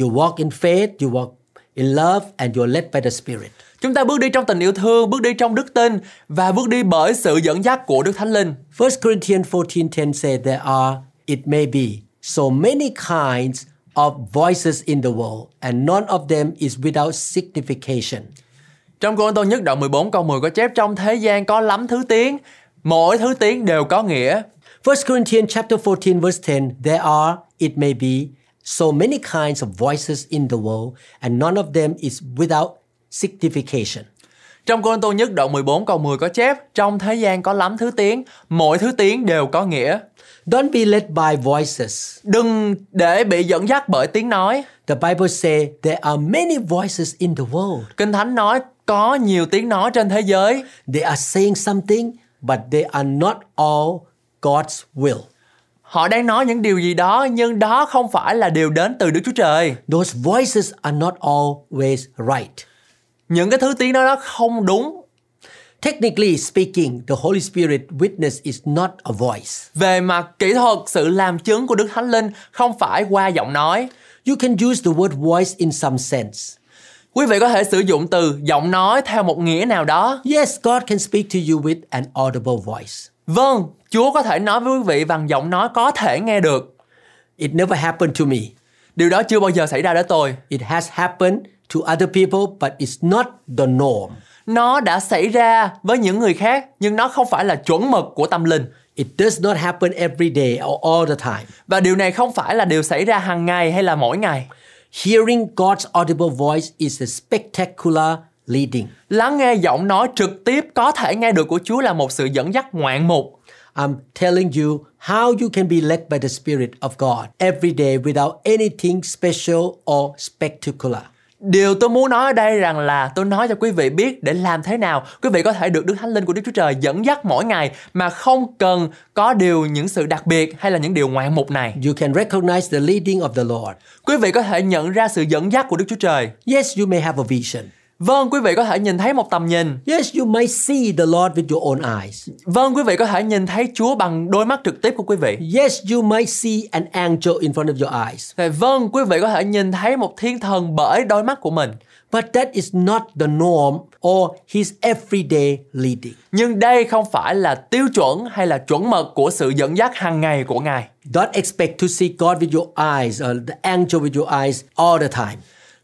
Speaker 2: You walk in faith, you walk in love, and you're led by the Spirit.
Speaker 3: Chúng ta bước đi trong tình yêu thương, bước đi trong đức tin và bước đi bởi sự dẫn dắt của Đức Thánh Linh.
Speaker 2: 1 Corinthians 14:10 says there are, it may be, so many kinds of voices in the world, and none of them is without signification.
Speaker 3: Trong Cô Tô nhất đoạn 14 câu 10 có chép trong thế gian có lắm thứ tiếng, mỗi thứ tiếng đều có nghĩa.
Speaker 2: 1 Corinthians chapter 14 verse 10 there are it may be so many kinds of voices in the world and none of them is without signification.
Speaker 3: Trong Cô Tô nhất đoạn 14 câu 10 có chép trong thế gian có lắm thứ tiếng, mỗi thứ tiếng đều có nghĩa.
Speaker 2: Don't be led by voices.
Speaker 3: Đừng để bị dẫn dắt bởi tiếng nói.
Speaker 2: The Bible says there are many voices in the world.
Speaker 3: Kinh Thánh nói có nhiều tiếng nói trên thế giới.
Speaker 2: They are saying something but they are not all God's will.
Speaker 3: Họ đang nói những điều gì đó nhưng đó không phải là điều đến từ Đức Chúa Trời.
Speaker 2: Those voices are not always right.
Speaker 3: Những cái thứ tiếng đó nó không đúng.
Speaker 2: Technically speaking, the Holy Spirit witness is not a voice.
Speaker 3: Về mặt kỹ thuật, sự làm chứng của Đức Thánh Linh không phải qua giọng nói.
Speaker 2: You can use the word voice in some sense.
Speaker 3: Quý vị có thể sử dụng từ giọng nói theo một nghĩa nào đó.
Speaker 2: Yes, God can speak to you with an audible voice.
Speaker 3: Vâng, Chúa có thể nói với quý vị bằng giọng nói có thể nghe được.
Speaker 2: It never happened to me.
Speaker 3: Điều đó chưa bao giờ xảy ra với tôi.
Speaker 2: It has happened to other people, but it's not the norm.
Speaker 3: Nó đã xảy ra với những người khác nhưng nó không phải là chuẩn mực của tâm linh.
Speaker 2: It does not happen every day or all the time.
Speaker 3: Và điều này không phải là điều xảy ra hàng ngày hay là mỗi ngày.
Speaker 2: Hearing God's audible voice is a spectacular leading.
Speaker 3: Lắng nghe giọng nói trực tiếp có thể nghe được của Chúa là một sự dẫn dắt ngoạn mục.
Speaker 2: I'm telling you how you can be led by the Spirit of God every day without anything special or spectacular.
Speaker 3: Điều tôi muốn nói ở đây rằng là tôi nói cho quý vị biết để làm thế nào quý vị có thể được Đức Thánh Linh của Đức Chúa Trời dẫn dắt mỗi ngày mà không cần có điều những sự đặc biệt hay là những điều ngoạn mục này.
Speaker 2: You can recognize the leading of the Lord.
Speaker 3: Quý vị có thể nhận ra sự dẫn dắt của Đức Chúa Trời.
Speaker 2: Yes, you may have a vision.
Speaker 3: Vâng, quý vị có thể nhìn thấy một tầm nhìn.
Speaker 2: Yes, you might see the Lord with your own eyes.
Speaker 3: Vâng, quý vị có thể nhìn thấy Chúa bằng đôi mắt trực tiếp của quý vị.
Speaker 2: Yes, you might see an angel in front of your eyes,
Speaker 3: Và vâng, quý vị có thể nhìn thấy một thiên thần bởi đôi mắt của mình.
Speaker 2: but that is not the norm or his everyday leading.
Speaker 3: Nhưng đây không phải là tiêu chuẩn hay là chuẩn mực của sự dẫn dắt hàng ngày của Ngài.
Speaker 2: Don't expect to see God with your eyes or the angel with your eyes all the time.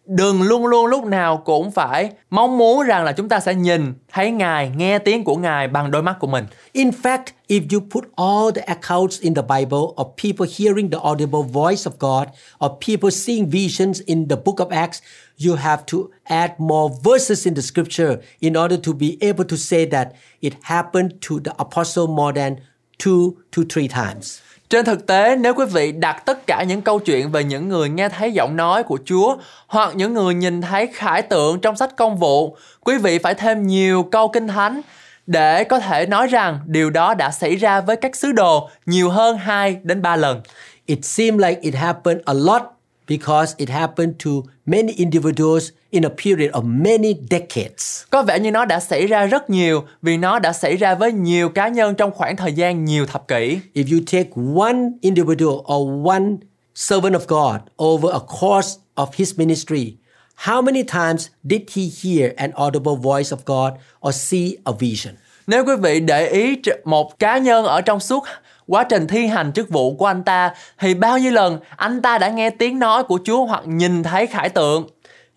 Speaker 3: Đừng luôn luôn lúc nào cũng phải mong muốn rằng là chúng ta sẽ nhìn thấy Ngài, nghe tiếng của Ngài bằng đôi mắt của mình.
Speaker 2: In fact, if you put all the accounts in the Bible of people hearing the audible voice of God, of people seeing visions in the book of Acts, you have to add more verses in the scripture in order to be able to say that it happened to the apostle more than two to three times.
Speaker 3: Trên thực tế, nếu quý vị đặt tất cả những câu chuyện về những người nghe thấy giọng nói của Chúa hoặc những người nhìn thấy khải tượng trong sách công vụ, quý vị phải thêm nhiều câu kinh thánh để có thể nói rằng điều đó đã xảy ra với các sứ đồ nhiều hơn 2 đến 3 lần.
Speaker 2: It seemed like it happened a lot because it happened to many individuals in a period of many decades.
Speaker 3: Có vẻ như nó đã xảy ra rất nhiều vì nó đã xảy ra với nhiều cá nhân trong khoảng thời gian nhiều thập kỷ.
Speaker 2: If you take one individual or one servant of God over a course of his ministry, how many times did he hear an audible voice of God or see a vision?
Speaker 3: Nếu quý vị để ý tr- một cá nhân ở trong suốt quá trình thi hành chức vụ của anh ta thì bao nhiêu lần anh ta đã nghe tiếng nói của Chúa hoặc nhìn thấy khải tượng.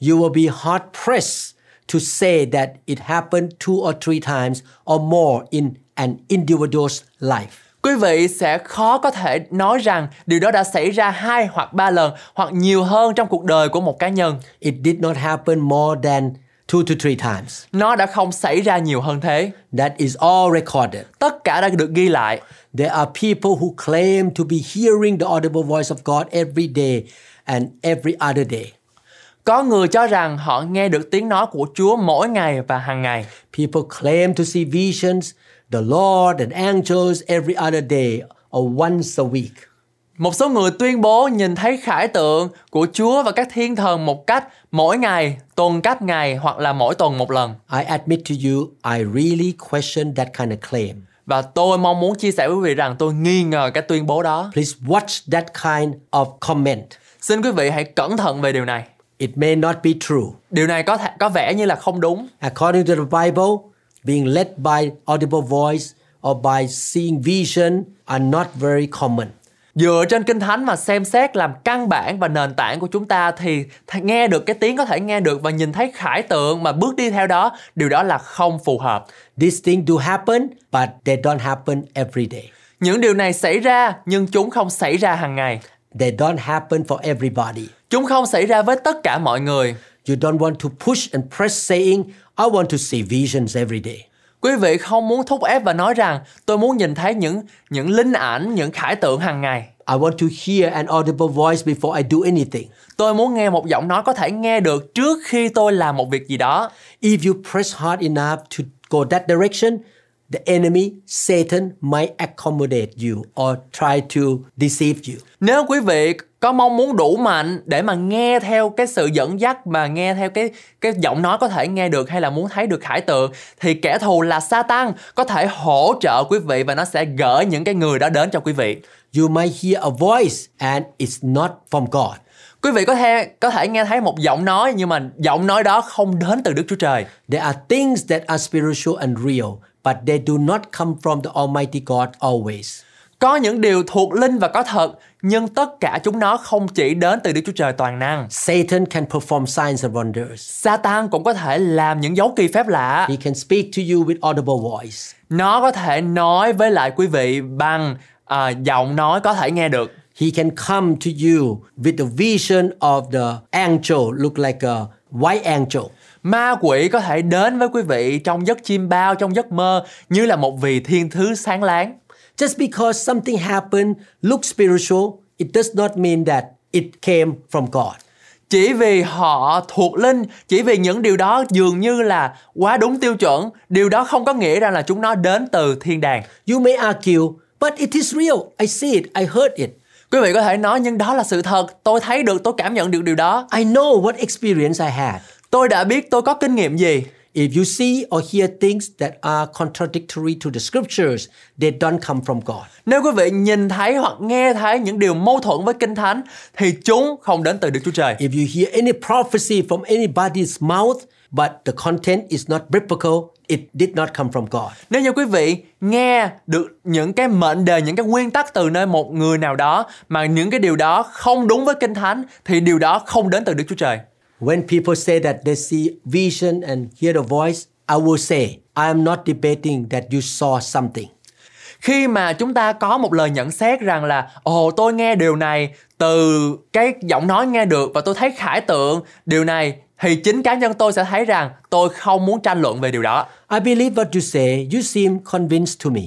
Speaker 2: You will be hard pressed to say that it happened two or three times or more in an individual's life.
Speaker 3: Quý vị sẽ khó có thể nói rằng điều đó đã xảy ra hai hoặc ba lần hoặc nhiều hơn trong cuộc đời của một cá nhân.
Speaker 2: It did not happen more than two to three times.
Speaker 3: Nó đã không xảy ra nhiều hơn thế.
Speaker 2: That is all recorded.
Speaker 3: Tất cả đã được ghi lại.
Speaker 2: There are people who claim to be hearing the audible voice of God every day and every other day.
Speaker 3: Có người cho rằng họ nghe được tiếng nói của Chúa mỗi ngày và hàng ngày.
Speaker 2: People claim to see visions, the Lord and angels every other day or once a week.
Speaker 3: Một số người tuyên bố nhìn thấy khải tượng của Chúa và các thiên thần một cách mỗi ngày, tuần cách ngày hoặc là mỗi tuần một lần.
Speaker 2: I admit to you, I really question that kind of claim.
Speaker 3: Và tôi mong muốn chia sẻ với quý vị rằng tôi nghi ngờ cái tuyên bố đó.
Speaker 2: Please watch that kind of comment.
Speaker 3: Xin quý vị hãy cẩn thận về điều này.
Speaker 2: It may not be true.
Speaker 3: Điều này có thể có vẻ như là không đúng,
Speaker 2: According to the Bible, being led by audible voice or by seeing vision are not very common.
Speaker 3: Dựa trên kinh thánh mà xem xét làm căn bản và nền tảng của chúng ta thì th- nghe được cái tiếng có thể nghe được và nhìn thấy khải tượng mà bước đi theo đó, điều đó là không phù hợp.
Speaker 2: These things do happen, but they don't happen every day.
Speaker 3: Những điều này xảy ra nhưng chúng không xảy ra hàng ngày.
Speaker 2: They don't happen for everybody.
Speaker 3: Chúng không xảy ra với tất cả mọi người.
Speaker 2: You don't want to push and press saying, I want to see visions every day.
Speaker 3: Quý vị không muốn thúc ép và nói rằng tôi muốn nhìn thấy những những linh ảnh, những khải tượng hàng ngày.
Speaker 2: I want to hear an audible voice before I do anything.
Speaker 3: Tôi muốn nghe một giọng nói có thể nghe được trước khi tôi làm một việc gì đó.
Speaker 2: If you press hard enough to go that direction, the enemy, Satan, might accommodate you or try to deceive you.
Speaker 3: Nếu quý vị có mong muốn đủ mạnh để mà nghe theo cái sự dẫn dắt mà nghe theo cái cái giọng nói có thể nghe được hay là muốn thấy được khải tượng thì kẻ thù là Satan có thể hỗ trợ quý vị và nó sẽ gửi những cái người đó đến cho quý vị.
Speaker 2: You might hear a voice and it's not from God.
Speaker 3: Quý vị có thể có thể nghe thấy một giọng nói nhưng mà giọng nói đó không đến từ Đức Chúa Trời.
Speaker 2: There are things that are spiritual and real, but they do not come from the Almighty God always.
Speaker 3: Có những điều thuộc linh và có thật nhưng tất cả chúng nó không chỉ đến từ Đức Chúa Trời toàn năng.
Speaker 2: Satan can perform signs and wonders.
Speaker 3: Satan cũng có thể làm những dấu kỳ phép lạ.
Speaker 2: He can speak to you with audible voice.
Speaker 3: nó có thể nói với lại quý vị bằng à, giọng nói có thể nghe được
Speaker 2: He can come to you with the vision of the angel, look like a white angel.
Speaker 3: ma quỷ có thể đến với quý vị trong giấc chim bao trong giấc mơ như là một vị thiên thứ sáng láng
Speaker 2: Just because something happened, looks spiritual, it does not mean that it came from God.
Speaker 3: chỉ vì họ thuộc linh chỉ vì những điều đó dường như là quá đúng tiêu chuẩn điều đó không có nghĩa rằng là chúng nó đến từ thiên đàng
Speaker 2: You may argue, but it is real. I see it. I heard it.
Speaker 3: quý vị có thể nói nhưng đó là sự thật tôi thấy được tôi cảm nhận được điều đó
Speaker 2: I know what experience I had.
Speaker 3: tôi đã biết tôi có kinh nghiệm gì
Speaker 2: If you see or hear things that are contradictory to the scriptures, they don't come from God.
Speaker 3: Nếu quý vị nhìn thấy hoặc nghe thấy những điều mâu thuẫn với Kinh Thánh thì chúng không đến từ Đức Chúa Trời.
Speaker 2: If you hear any prophecy from anybody's mouth, but the content is not biblical, it did not come from God.
Speaker 3: Nếu như quý vị nghe được những cái mệnh đề, những cái nguyên tắc từ nơi một người nào đó mà những cái điều đó không đúng với Kinh Thánh thì điều đó không đến từ Đức Chúa Trời.
Speaker 2: When people say that they see vision and hear the voice, I will say, I am not debating that you saw something.
Speaker 3: Khi mà chúng ta có một lời nhận xét rằng là Ồ tôi nghe điều này từ cái giọng nói nghe được và tôi thấy khải tượng điều này thì chính cá nhân tôi sẽ thấy rằng tôi không muốn tranh luận về điều đó.
Speaker 2: I believe what you say. You seem convinced to me.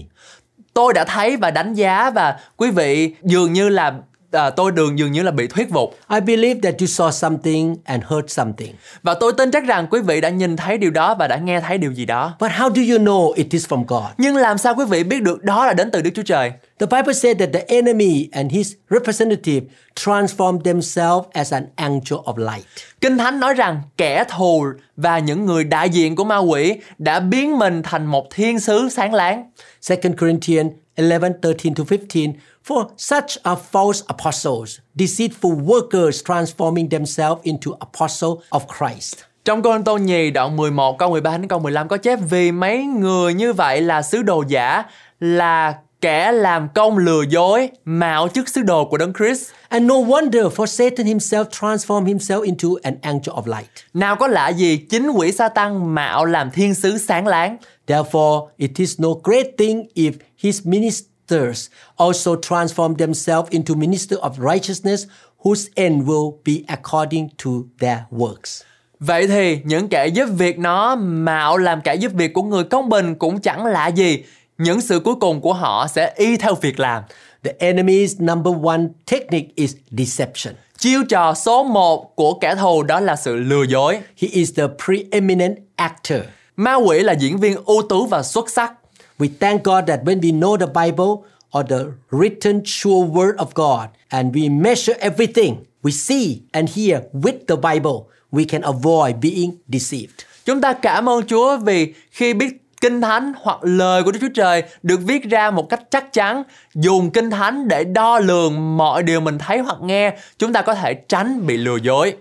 Speaker 3: tôi đã thấy và đánh giá và quý vị dường như là à, tôi đường dường như là bị thuyết phục
Speaker 2: I believe that you saw something and heard something.
Speaker 3: và tôi tin chắc rằng quý vị đã nhìn thấy điều đó và đã nghe thấy điều gì đó
Speaker 2: But how do you know it is from God?
Speaker 3: nhưng làm sao quý vị biết được đó là đến từ Đức Chúa Trời
Speaker 2: The Bible said that the enemy and his representative transformed themselves as an angel of light.
Speaker 3: Kinh Thánh nói rằng kẻ thù và những người đại diện của ma quỷ đã biến mình thành một thiên sứ sáng láng
Speaker 2: 2 Corinthians 11 13 to 15 For such are false apostles, deceitful workers transforming themselves into apostles of Christ.
Speaker 3: Trong Côn Tô Nhì đoạn 11 câu 13 đến câu 15 có chép vì mấy người như vậy là sứ đồ giả là kẻ làm công lừa dối mạo chức sứ đồ của Đấng Christ
Speaker 2: And no wonder, for Satan himself transformed himself into an angel of light.
Speaker 3: Nào có lạ gì chính quỷ sa tăng mạo làm thiên sứ sáng láng.
Speaker 2: Therefore, it is no great thing if his ministers also transform themselves into ministers of righteousness, whose end will be according to their works.
Speaker 3: Vậy thì những kẻ giúp việc nó mạo làm kẻ giúp việc của người công bình cũng chẳng lạ gì những sự cuối cùng của họ sẽ y theo việc làm.
Speaker 2: The enemy's number one technique is deception.
Speaker 3: Chiêu trò số 1 của kẻ thù đó là sự lừa dối.
Speaker 2: He is the preeminent actor.
Speaker 3: Ma quỷ là diễn viên ưu tú và xuất sắc.
Speaker 2: We thank God that when we know the Bible or the written sure word of God and we measure everything we see and hear with the Bible, we can avoid being deceived.
Speaker 3: Chúng ta cảm ơn Chúa vì khi biết Kinh Thánh hoặc lời của Đức Chúa Trời được viết ra một cách chắc chắn, dùng Kinh Thánh để đo lường mọi điều mình thấy hoặc nghe, chúng ta có thể tránh bị lừa dối.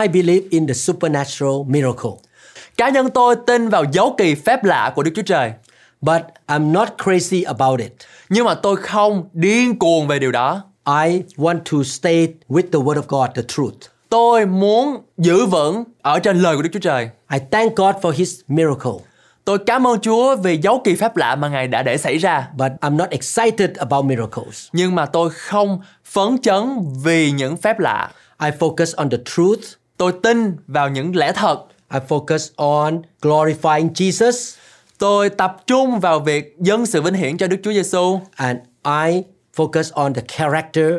Speaker 2: I believe in the supernatural miracle,
Speaker 3: Cá nhân tôi tin vào dấu kỳ phép lạ của Đức Chúa Trời,
Speaker 2: but I'm not crazy about it.
Speaker 3: nhưng mà tôi không điên cuồng về điều đó.
Speaker 2: I want to stay with the word of God, the truth.
Speaker 3: Tôi muốn giữ vững ở trên lời của Đức Chúa Trời.
Speaker 2: I thank God for his miracle,
Speaker 3: Tôi cảm ơn Chúa vì dấu kỳ phép lạ mà Ngài đã để xảy ra.
Speaker 2: but I'm not excited about miracles.
Speaker 3: Nhưng mà tôi không phấn chấn vì những phép lạ.
Speaker 2: I focus on the truth.
Speaker 3: Tôi tin vào những lẽ thật.
Speaker 2: I focus on glorifying Jesus
Speaker 3: Tôi tập trung vào việc dâng sự vinh hiển cho Đức Chúa Giêsu
Speaker 2: and I focus on the character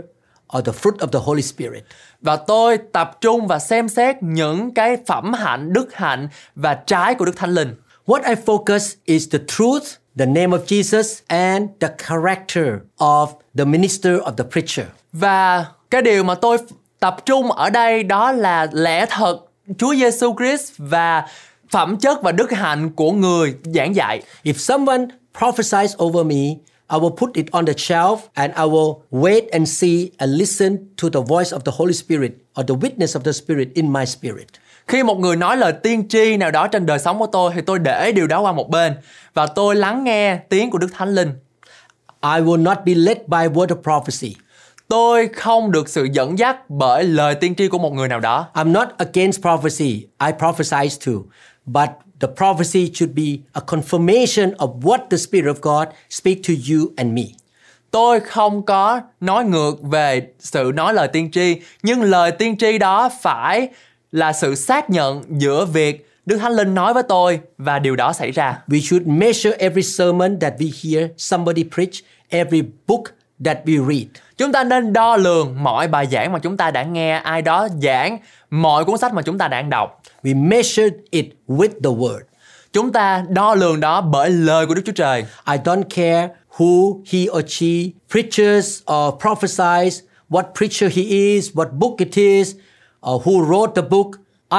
Speaker 2: or the fruit of the Holy Spirit.
Speaker 3: và tôi tập trung và xem xét những cái phẩm hạnh, đức hạnh và trái của Đức Thánh Linh.
Speaker 2: What I focus is the truth, the name of Jesus, and the character of the minister of the preacher.
Speaker 3: Và cái điều mà tôi tập trung ở đây đó là lẽ thật Chúa Giêsu Christ và phẩm chất và đức hạnh của người giảng dạy.
Speaker 2: If someone prophesies over me, I will put it on the shelf and I will wait and see and listen to the voice of the Holy Spirit or the witness of the Spirit in my spirit.
Speaker 3: Khi một người nói lời tiên tri nào đó trên đời sống của tôi thì tôi để điều đó qua một bên và tôi lắng nghe tiếng của Đức Thánh Linh.
Speaker 2: I will not be led by word of prophecy.
Speaker 3: Tôi không được sự dẫn dắt bởi lời tiên tri của một người nào đó.
Speaker 2: I'm not against prophecy. I prophesize too. But the prophecy should be a confirmation of what the Spirit of God speak to you and me.
Speaker 3: Tôi không có nói ngược về sự nói lời tiên tri, nhưng lời tiên tri đó phải là sự xác nhận giữa việc Đức Thánh Linh nói với tôi và điều đó xảy ra.
Speaker 2: We should measure every sermon that we hear somebody preach, every book that we read.
Speaker 3: Chúng ta nên đo lường mọi bài giảng mà chúng ta đã nghe ai đó giảng, mọi cuốn sách mà chúng ta đang đọc.
Speaker 2: We measure it with the word.
Speaker 3: Chúng ta đo lường đó bởi lời của Đức Chúa Trời.
Speaker 2: I don't care who he or she preaches or prophesies, what preacher he is, what book it is, or who wrote the book.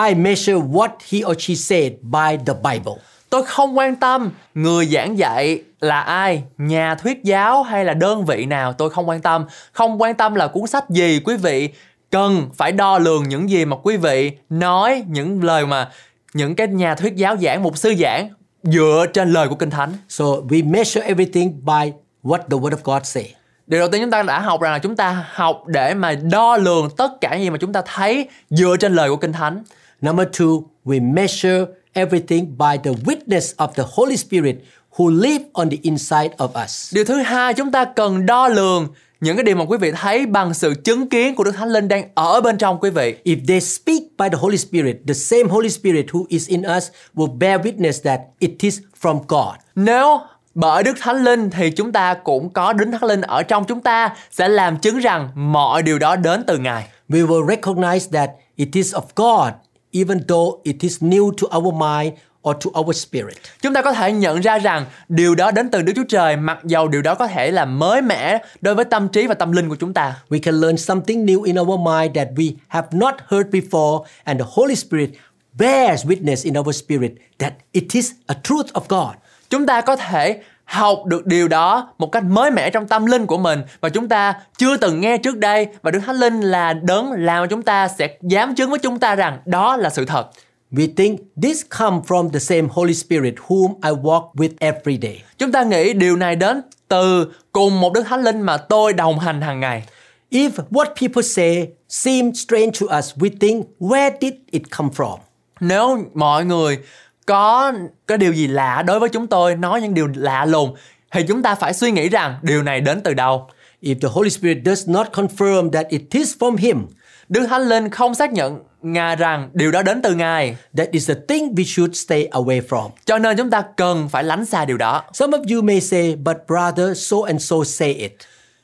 Speaker 2: I measure what he or she said by the Bible.
Speaker 3: Tôi không quan tâm người giảng dạy là ai, nhà thuyết giáo hay là đơn vị nào, tôi không quan tâm. Không quan tâm là cuốn sách gì quý vị cần phải đo lường những gì mà quý vị nói, những lời mà những cái nhà thuyết giáo giảng, mục sư giảng dựa trên lời của Kinh Thánh.
Speaker 2: So we measure everything by what the Word of God say.
Speaker 3: Điều đầu tiên chúng ta đã học rằng là chúng ta học để mà đo lường tất cả những gì mà chúng ta thấy dựa trên lời của Kinh Thánh.
Speaker 2: Number two, we measure everything by the witness of the Holy Spirit who live on the inside of us.
Speaker 3: Điều thứ hai chúng ta cần đo lường những cái điều mà quý vị thấy bằng sự chứng kiến của Đức Thánh Linh đang ở bên trong quý vị.
Speaker 2: If they speak by the Holy Spirit, the same Holy Spirit who is in us will bear witness that it is from God.
Speaker 3: Nếu bởi Đức Thánh Linh thì chúng ta cũng có Đức Thánh Linh ở trong chúng ta sẽ làm chứng rằng mọi điều đó đến từ Ngài.
Speaker 2: We will recognize that it is of God, even though it is new to our mind or to our spirit.
Speaker 3: Chúng ta có thể nhận ra rằng điều đó đến từ Đức Chúa Trời mặc dầu điều đó có thể là mới mẻ đối với tâm trí và tâm linh của chúng ta.
Speaker 2: We can learn something new in our mind that we have not heard before, and the Holy Spirit bears witness in our spirit that it is a truth of God.
Speaker 3: Chúng ta có thể học được điều đó một cách mới mẻ trong tâm linh của mình và chúng ta chưa từng nghe trước đây và Đức Thánh Linh là đấng làm cho chúng ta sẽ dám chứng với chúng ta rằng đó là sự thật.
Speaker 2: We think this comes from the same Holy Spirit whom I walk with every day.
Speaker 3: Chúng ta nghĩ điều này đến từ cùng một Đức Thánh Linh mà tôi đồng hành hàng ngày.
Speaker 2: If what people say seems strange to us, we think, where did it come from?
Speaker 3: Nếu mọi người có cái điều gì lạ đối với chúng tôi, nói những điều lạ lùng thì chúng ta phải suy nghĩ rằng điều này đến từ đâu.
Speaker 2: if the Holy Spirit does not confirm that it is from Him,
Speaker 3: Đức Thánh Linh không xác nhận Ngài rằng điều đó đến từ Ngài.
Speaker 2: that is the thing we should stay away from.
Speaker 3: Cho nên chúng ta cần phải lánh xa điều đó.
Speaker 2: Some of you may say, but brother, so and so say it.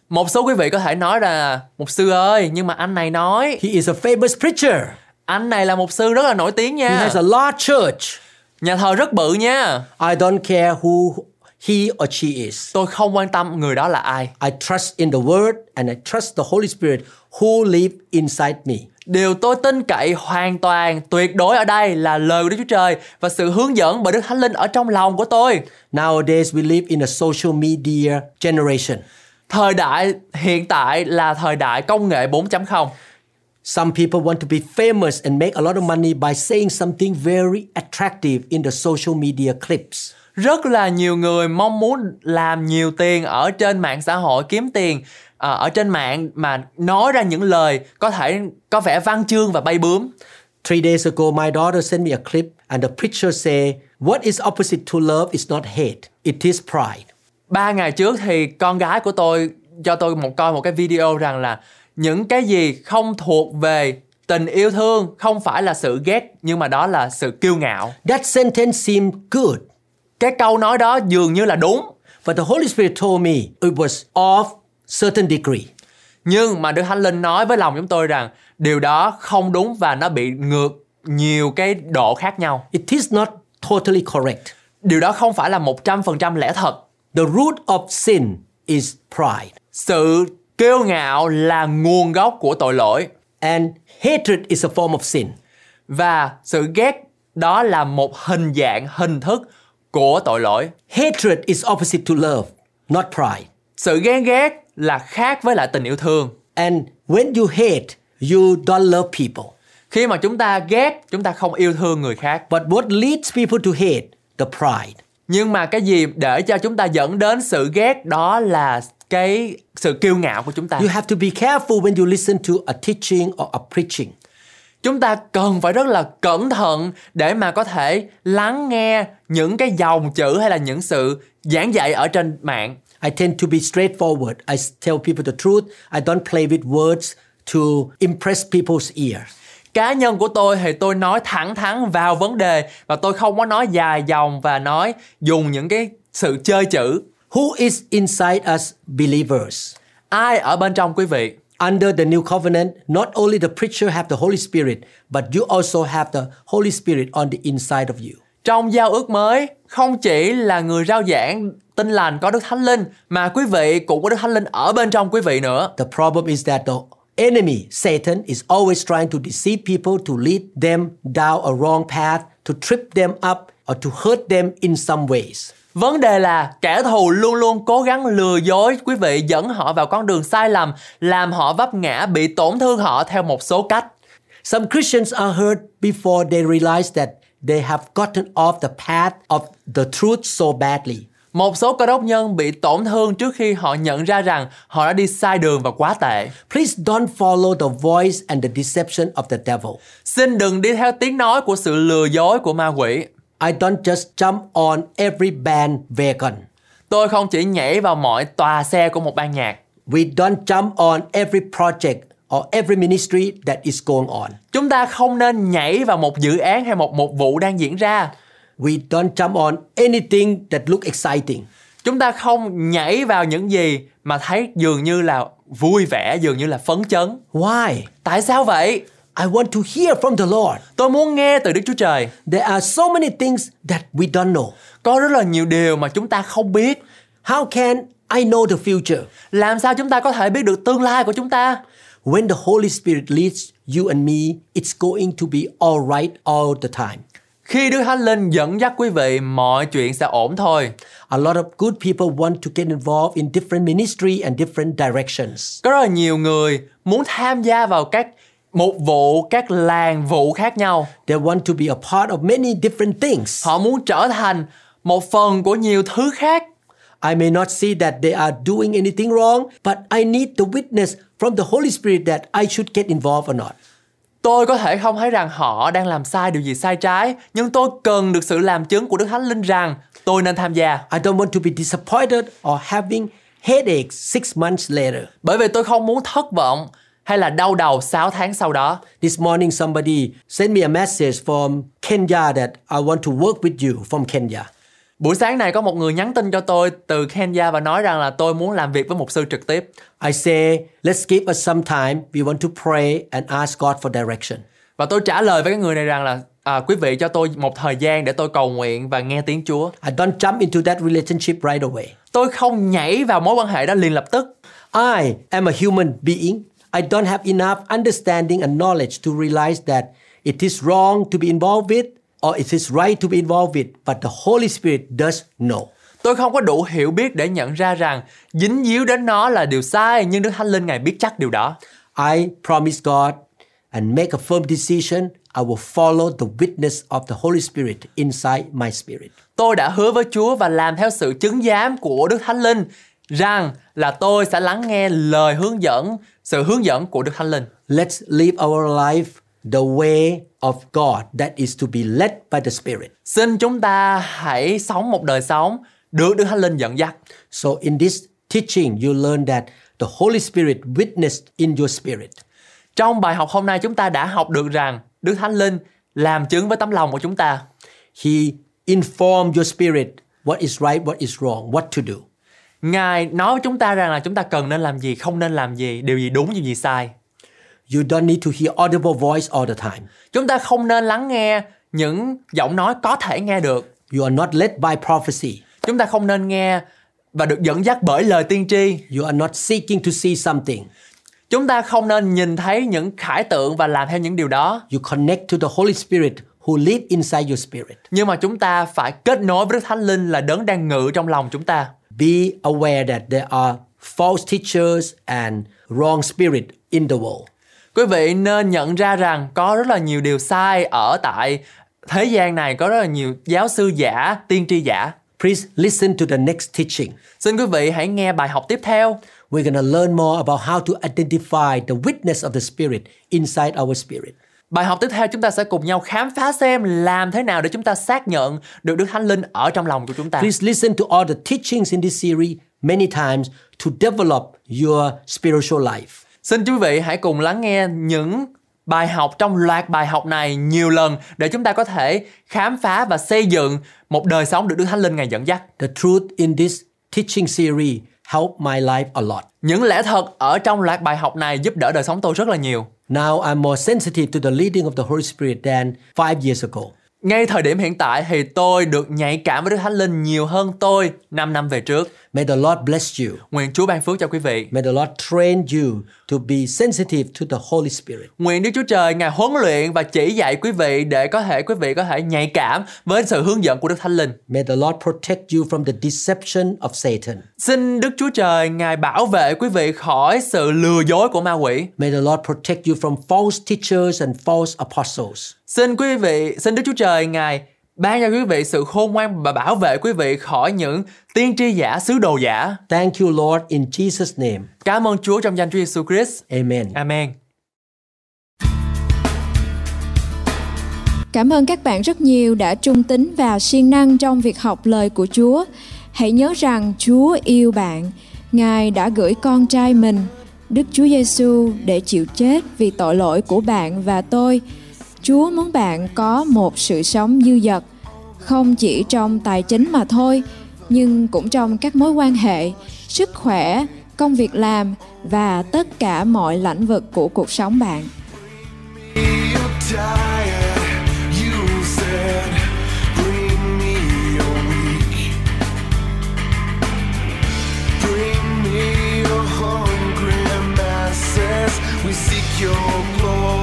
Speaker 3: Một số quý vị có thể nói là Mục sư ơi, nhưng mà anh này nói
Speaker 2: He is a famous preacher.
Speaker 3: Anh này là mục sư rất là nổi tiếng
Speaker 2: He
Speaker 3: nha
Speaker 2: has a large church.
Speaker 3: Nhà thờ rất bự nha
Speaker 2: I don't care who he or she is.
Speaker 3: Tôi không quan tâm người đó là ai
Speaker 2: I trust in the Word and I trust the Holy Spirit who live inside me.
Speaker 3: Điều tôi tin cậy hoàn toàn tuyệt đối ở đây là lời của Đức Chúa Trời và sự hướng dẫn bởi Đức Thánh Linh ở trong lòng của tôi.
Speaker 2: Nowadays, we live in a social media generation.
Speaker 3: Thời đại hiện tại là thời đại công nghệ 4.0.
Speaker 2: Some people want to be famous and make a lot of money by saying something very attractive in the social media clips.
Speaker 3: Rất là nhiều người mong muốn làm nhiều tiền ở trên mạng xã hội kiếm tiền à, ở trên mạng mà nói ra những lời có thể có vẻ văn chương và bay bướm.
Speaker 2: Three days ago, my daughter sent me a clip, and the preacher say, "What is opposite to love is not hate; it is pride."
Speaker 3: ba ngày trước thì con gái của tôi cho tôi một coi một cái video rằng là những cái gì không thuộc về tình yêu thương không phải là sự ghét nhưng mà đó là sự kiêu ngạo
Speaker 2: That sentence seemed good,
Speaker 3: cái câu nói đó dường như là đúng
Speaker 2: but the Holy Spirit told me it was of certain degree.
Speaker 3: nhưng mà đức thánh linh nói với lòng chúng tôi rằng điều đó không đúng và nó bị ngược nhiều cái độ khác nhau
Speaker 2: It is not totally correct.
Speaker 3: điều đó không phải là 100% lẽ thật
Speaker 2: The root of sin is pride,
Speaker 3: sự kiêu ngạo là nguồn gốc của tội lỗi
Speaker 2: and hatred is a form of sin.
Speaker 3: và sự ghét đó là một hình dạng hình thức của tội lỗi
Speaker 2: Hatred is opposite to love, not pride.
Speaker 3: sự ghen ghét là khác với lại tình yêu thương
Speaker 2: And when you hate, you don't love people.
Speaker 3: khi mà chúng ta ghét chúng ta không yêu thương người khác
Speaker 2: But what leads people to hate? The pride.
Speaker 3: nhưng mà cái gì để cho chúng ta dẫn đến sự ghét đó là cái sự kiêu ngạo của chúng ta
Speaker 2: You have to be careful when you listen to a teaching or a preaching.
Speaker 3: chúng ta cần phải rất là cẩn thận để mà có thể lắng nghe những cái dòng chữ hay là những sự giảng dạy ở trên mạng
Speaker 2: I tend to be straightforward. I s- tell people the truth. I don't play with words to impress people's ears.
Speaker 3: cá nhân của tôi thì tôi nói thẳng thắn vào vấn đề và tôi không có nói dài dòng và nói dùng những cái sự chơi chữ
Speaker 2: Who is inside us believers?
Speaker 3: ai ở bên trong quý vị
Speaker 2: Under the new covenant, not only the preacher have the Holy Spirit, but you also have the Holy Spirit on the inside of you.
Speaker 3: trong giao ước mới không chỉ là người rao giảng tin lành có đức thánh linh mà quý vị cũng có đức thánh linh ở bên trong quý vị nữa
Speaker 2: The problem is that the enemy, Satan, is always trying to deceive people to lead them down a wrong path, to trip them up, or to hurt them in some ways.
Speaker 3: vấn đề là kẻ thù luôn luôn cố gắng lừa dối quý vị dẫn họ vào con đường sai lầm làm họ vấp ngã bị tổn thương họ theo một số cách
Speaker 2: Some Christians are hurt before they realize that they have gotten off the path of the truth so badly.
Speaker 3: Một số cơ đốc nhân bị tổn thương trước khi họ nhận ra rằng họ đã đi sai đường và quá tệ.
Speaker 2: Please don't follow the voice and the deception of the devil.
Speaker 3: Xin đừng đi theo tiếng nói của sự lừa dối của ma quỷ.
Speaker 2: I don't just jump on every bandwagon.
Speaker 3: Tôi không chỉ nhảy vào mọi tòa xe của một ban nhạc.
Speaker 2: We don't jump on every project or every ministry that is going on.
Speaker 3: Chúng ta không nên nhảy vào một dự án hay một một vụ đang diễn ra.
Speaker 2: We don't jump on anything that look exciting.
Speaker 3: Chúng ta không nhảy vào những gì mà thấy dường như là vui vẻ, dường như là phấn chấn.
Speaker 2: Why?
Speaker 3: Tại sao vậy?
Speaker 2: I want to hear from the Lord.
Speaker 3: Tôi muốn nghe từ Đức Chúa Trời.
Speaker 2: There are so many things that we don't know.
Speaker 3: Có rất là nhiều điều mà chúng ta không biết.
Speaker 2: How can I know the future?
Speaker 3: Làm sao chúng ta có thể biết được tương lai của chúng ta?
Speaker 2: When the Holy Spirit leads you and me, it's going to be all right all the time.
Speaker 3: Khi Đức Thánh Linh dẫn dắt quý vị, mọi chuyện sẽ ổn thôi.
Speaker 2: A lot of good people want to get involved in different ministry and different directions.
Speaker 3: Có rất là nhiều người muốn tham gia vào các mục vụ, các làng vụ khác nhau.
Speaker 2: They want to be a part of many different things.
Speaker 3: Họ muốn trở thành một phần của nhiều thứ khác.
Speaker 2: I may not see that they are doing anything wrong, but I need the witness from the Holy Spirit that I should get involved or not.
Speaker 3: Tôi có thể không thấy rằng họ đang làm sai điều gì sai trái, nhưng tôi cần được sự làm chứng của Đức Thánh Linh rằng tôi nên tham gia.
Speaker 2: I don't want to be disappointed or having headaches six months later.
Speaker 3: Bởi vì tôi không muốn thất vọng hay là đau đầu 6 tháng sau đó.
Speaker 2: This morning, somebody sent me a message from Kenya that I want to work with you from Kenya.
Speaker 3: Buổi sáng này có một người nhắn tin cho tôi từ Kenya và nói rằng là tôi muốn làm việc với mục sư trực tiếp.
Speaker 2: I say, let's give us some time. We want to pray and ask God for direction.
Speaker 3: Và tôi trả lời với cái người này rằng là à, quý vị cho tôi một thời gian để tôi cầu nguyện và nghe tiếng Chúa.
Speaker 2: I don't jump into that relationship right away.
Speaker 3: Tôi không nhảy vào mối quan hệ đó liền lập tức.
Speaker 2: I am a human being. I don't have enough understanding and knowledge to realize that it is wrong to be involved with or it is right to be involved with, but the Holy Spirit does know.
Speaker 3: Tôi không có đủ hiểu biết để nhận ra rằng dính díu đến nó là điều sai nhưng Đức Thánh Linh Ngài biết chắc điều đó.
Speaker 2: I promise God and make a firm decision. I will follow the witness of the Holy Spirit inside my spirit.
Speaker 3: Tôi đã hứa với Chúa và làm theo sự chứng giám của Đức Thánh Linh rằng là tôi sẽ lắng nghe lời hướng dẫn, sự hướng dẫn của Đức Thánh Linh.
Speaker 2: Let's live our life the way of God, that is to be led by the Spirit.
Speaker 3: Xin chúng ta hãy sống một đời sống được Đức Thánh Linh dẫn dắt.
Speaker 2: So, in this teaching, you learn that the Holy Spirit witnessed in your spirit.
Speaker 3: Trong bài học hôm nay chúng ta đã học được rằng Đức Thánh Linh làm chứng với tấm lòng của chúng ta.
Speaker 2: He informed your spirit what is right, what is wrong, what to do.
Speaker 3: Ngài nói với chúng ta rằng là chúng ta cần nên làm gì, không nên làm gì, điều gì đúng, điều gì sai.
Speaker 2: You don't need to hear audible voice all the time.
Speaker 3: Chúng ta không nên lắng nghe những giọng nói có thể nghe được.
Speaker 2: You are not led by prophecy.
Speaker 3: Chúng ta không nên nghe và được dẫn dắt bởi lời tiên tri.
Speaker 2: You are not seeking to see something.
Speaker 3: Chúng ta không nên nhìn thấy những khải tượng và làm theo những điều đó.
Speaker 2: You connect to the Holy Spirit who live inside your spirit.
Speaker 3: Nhưng mà chúng ta phải kết nối với Đức Thánh Linh là đấng đang ngự trong lòng chúng ta.
Speaker 2: Be aware that there are false teachers and wrong spirit in the world.
Speaker 3: Quý vị nên nhận ra rằng có rất là nhiều điều sai ở tại thế gian này, có rất là nhiều giáo sư giả, tiên tri giả.
Speaker 2: Please listen to the next teaching.
Speaker 3: Xin quý vị hãy nghe bài học tiếp theo.
Speaker 2: We're going to learn more about how to identify the witness of the spirit inside our spirit.
Speaker 3: Bài học tiếp theo chúng ta sẽ cùng nhau khám phá xem làm thế nào để chúng ta xác nhận được Đức Thánh Linh ở trong lòng của chúng ta.
Speaker 2: Please listen to all the teachings in this series many times to develop your spiritual life.
Speaker 3: Xin quý vị hãy cùng lắng nghe những bài học trong loạt bài học này nhiều lần để chúng ta có thể khám phá và xây dựng một đời sống được Đức Thánh Linh Ngài dẫn dắt.
Speaker 2: The truth in this teaching series helped my life a lot.
Speaker 3: Những lẽ thật ở trong loạt bài học này giúp đỡ đời sống tôi rất là nhiều.
Speaker 2: Now I'm more sensitive to the leading of the Holy Spirit than five years ago.
Speaker 3: Ngay thời điểm hiện tại thì tôi được nhạy cảm với Đức Thánh Linh nhiều hơn tôi 5 năm về trước.
Speaker 2: May the Lord bless you.
Speaker 3: Nguyện Chúa ban phước cho quý vị.
Speaker 2: May the Lord train you to be sensitive to the Holy Spirit.
Speaker 3: Nguyện Đức Chúa Trời Ngài huấn luyện và chỉ dạy quý vị để có thể quý vị có thể nhạy cảm với sự hướng dẫn của Đức Thánh Linh.
Speaker 2: May the Lord protect you from the deception of Satan.
Speaker 3: Xin Đức Chúa Trời Ngài bảo vệ quý vị khỏi sự lừa dối của ma quỷ.
Speaker 2: May the Lord protect you from false teachers and false apostles.
Speaker 3: Xin quý vị, xin Đức Chúa Trời Ngài ban cho quý vị sự khôn ngoan và bảo vệ quý vị khỏi những tiên tri giả, sứ đồ giả.
Speaker 2: Thank you, Lord, in Jesus' name.
Speaker 3: Cảm ơn Chúa trong danh Chúa Giêsu Christ.
Speaker 2: Amen.
Speaker 3: Amen.
Speaker 4: Cảm ơn các bạn rất nhiều đã trung tín và siêng năng trong việc học lời của Chúa. Hãy nhớ rằng Chúa yêu bạn. Ngài đã gửi con trai mình, Đức Chúa Giêsu để chịu chết vì tội lỗi của bạn và tôi. Chúa muốn bạn có một sự sống dư dật, không chỉ trong tài chính mà thôi, nhưng cũng trong các mối quan hệ, sức khỏe, công việc làm và tất cả mọi lĩnh vực của cuộc sống bạn.
Speaker 1: You're tired, you said, bring me your weak. Bring me your hungry masses, we seek your glory.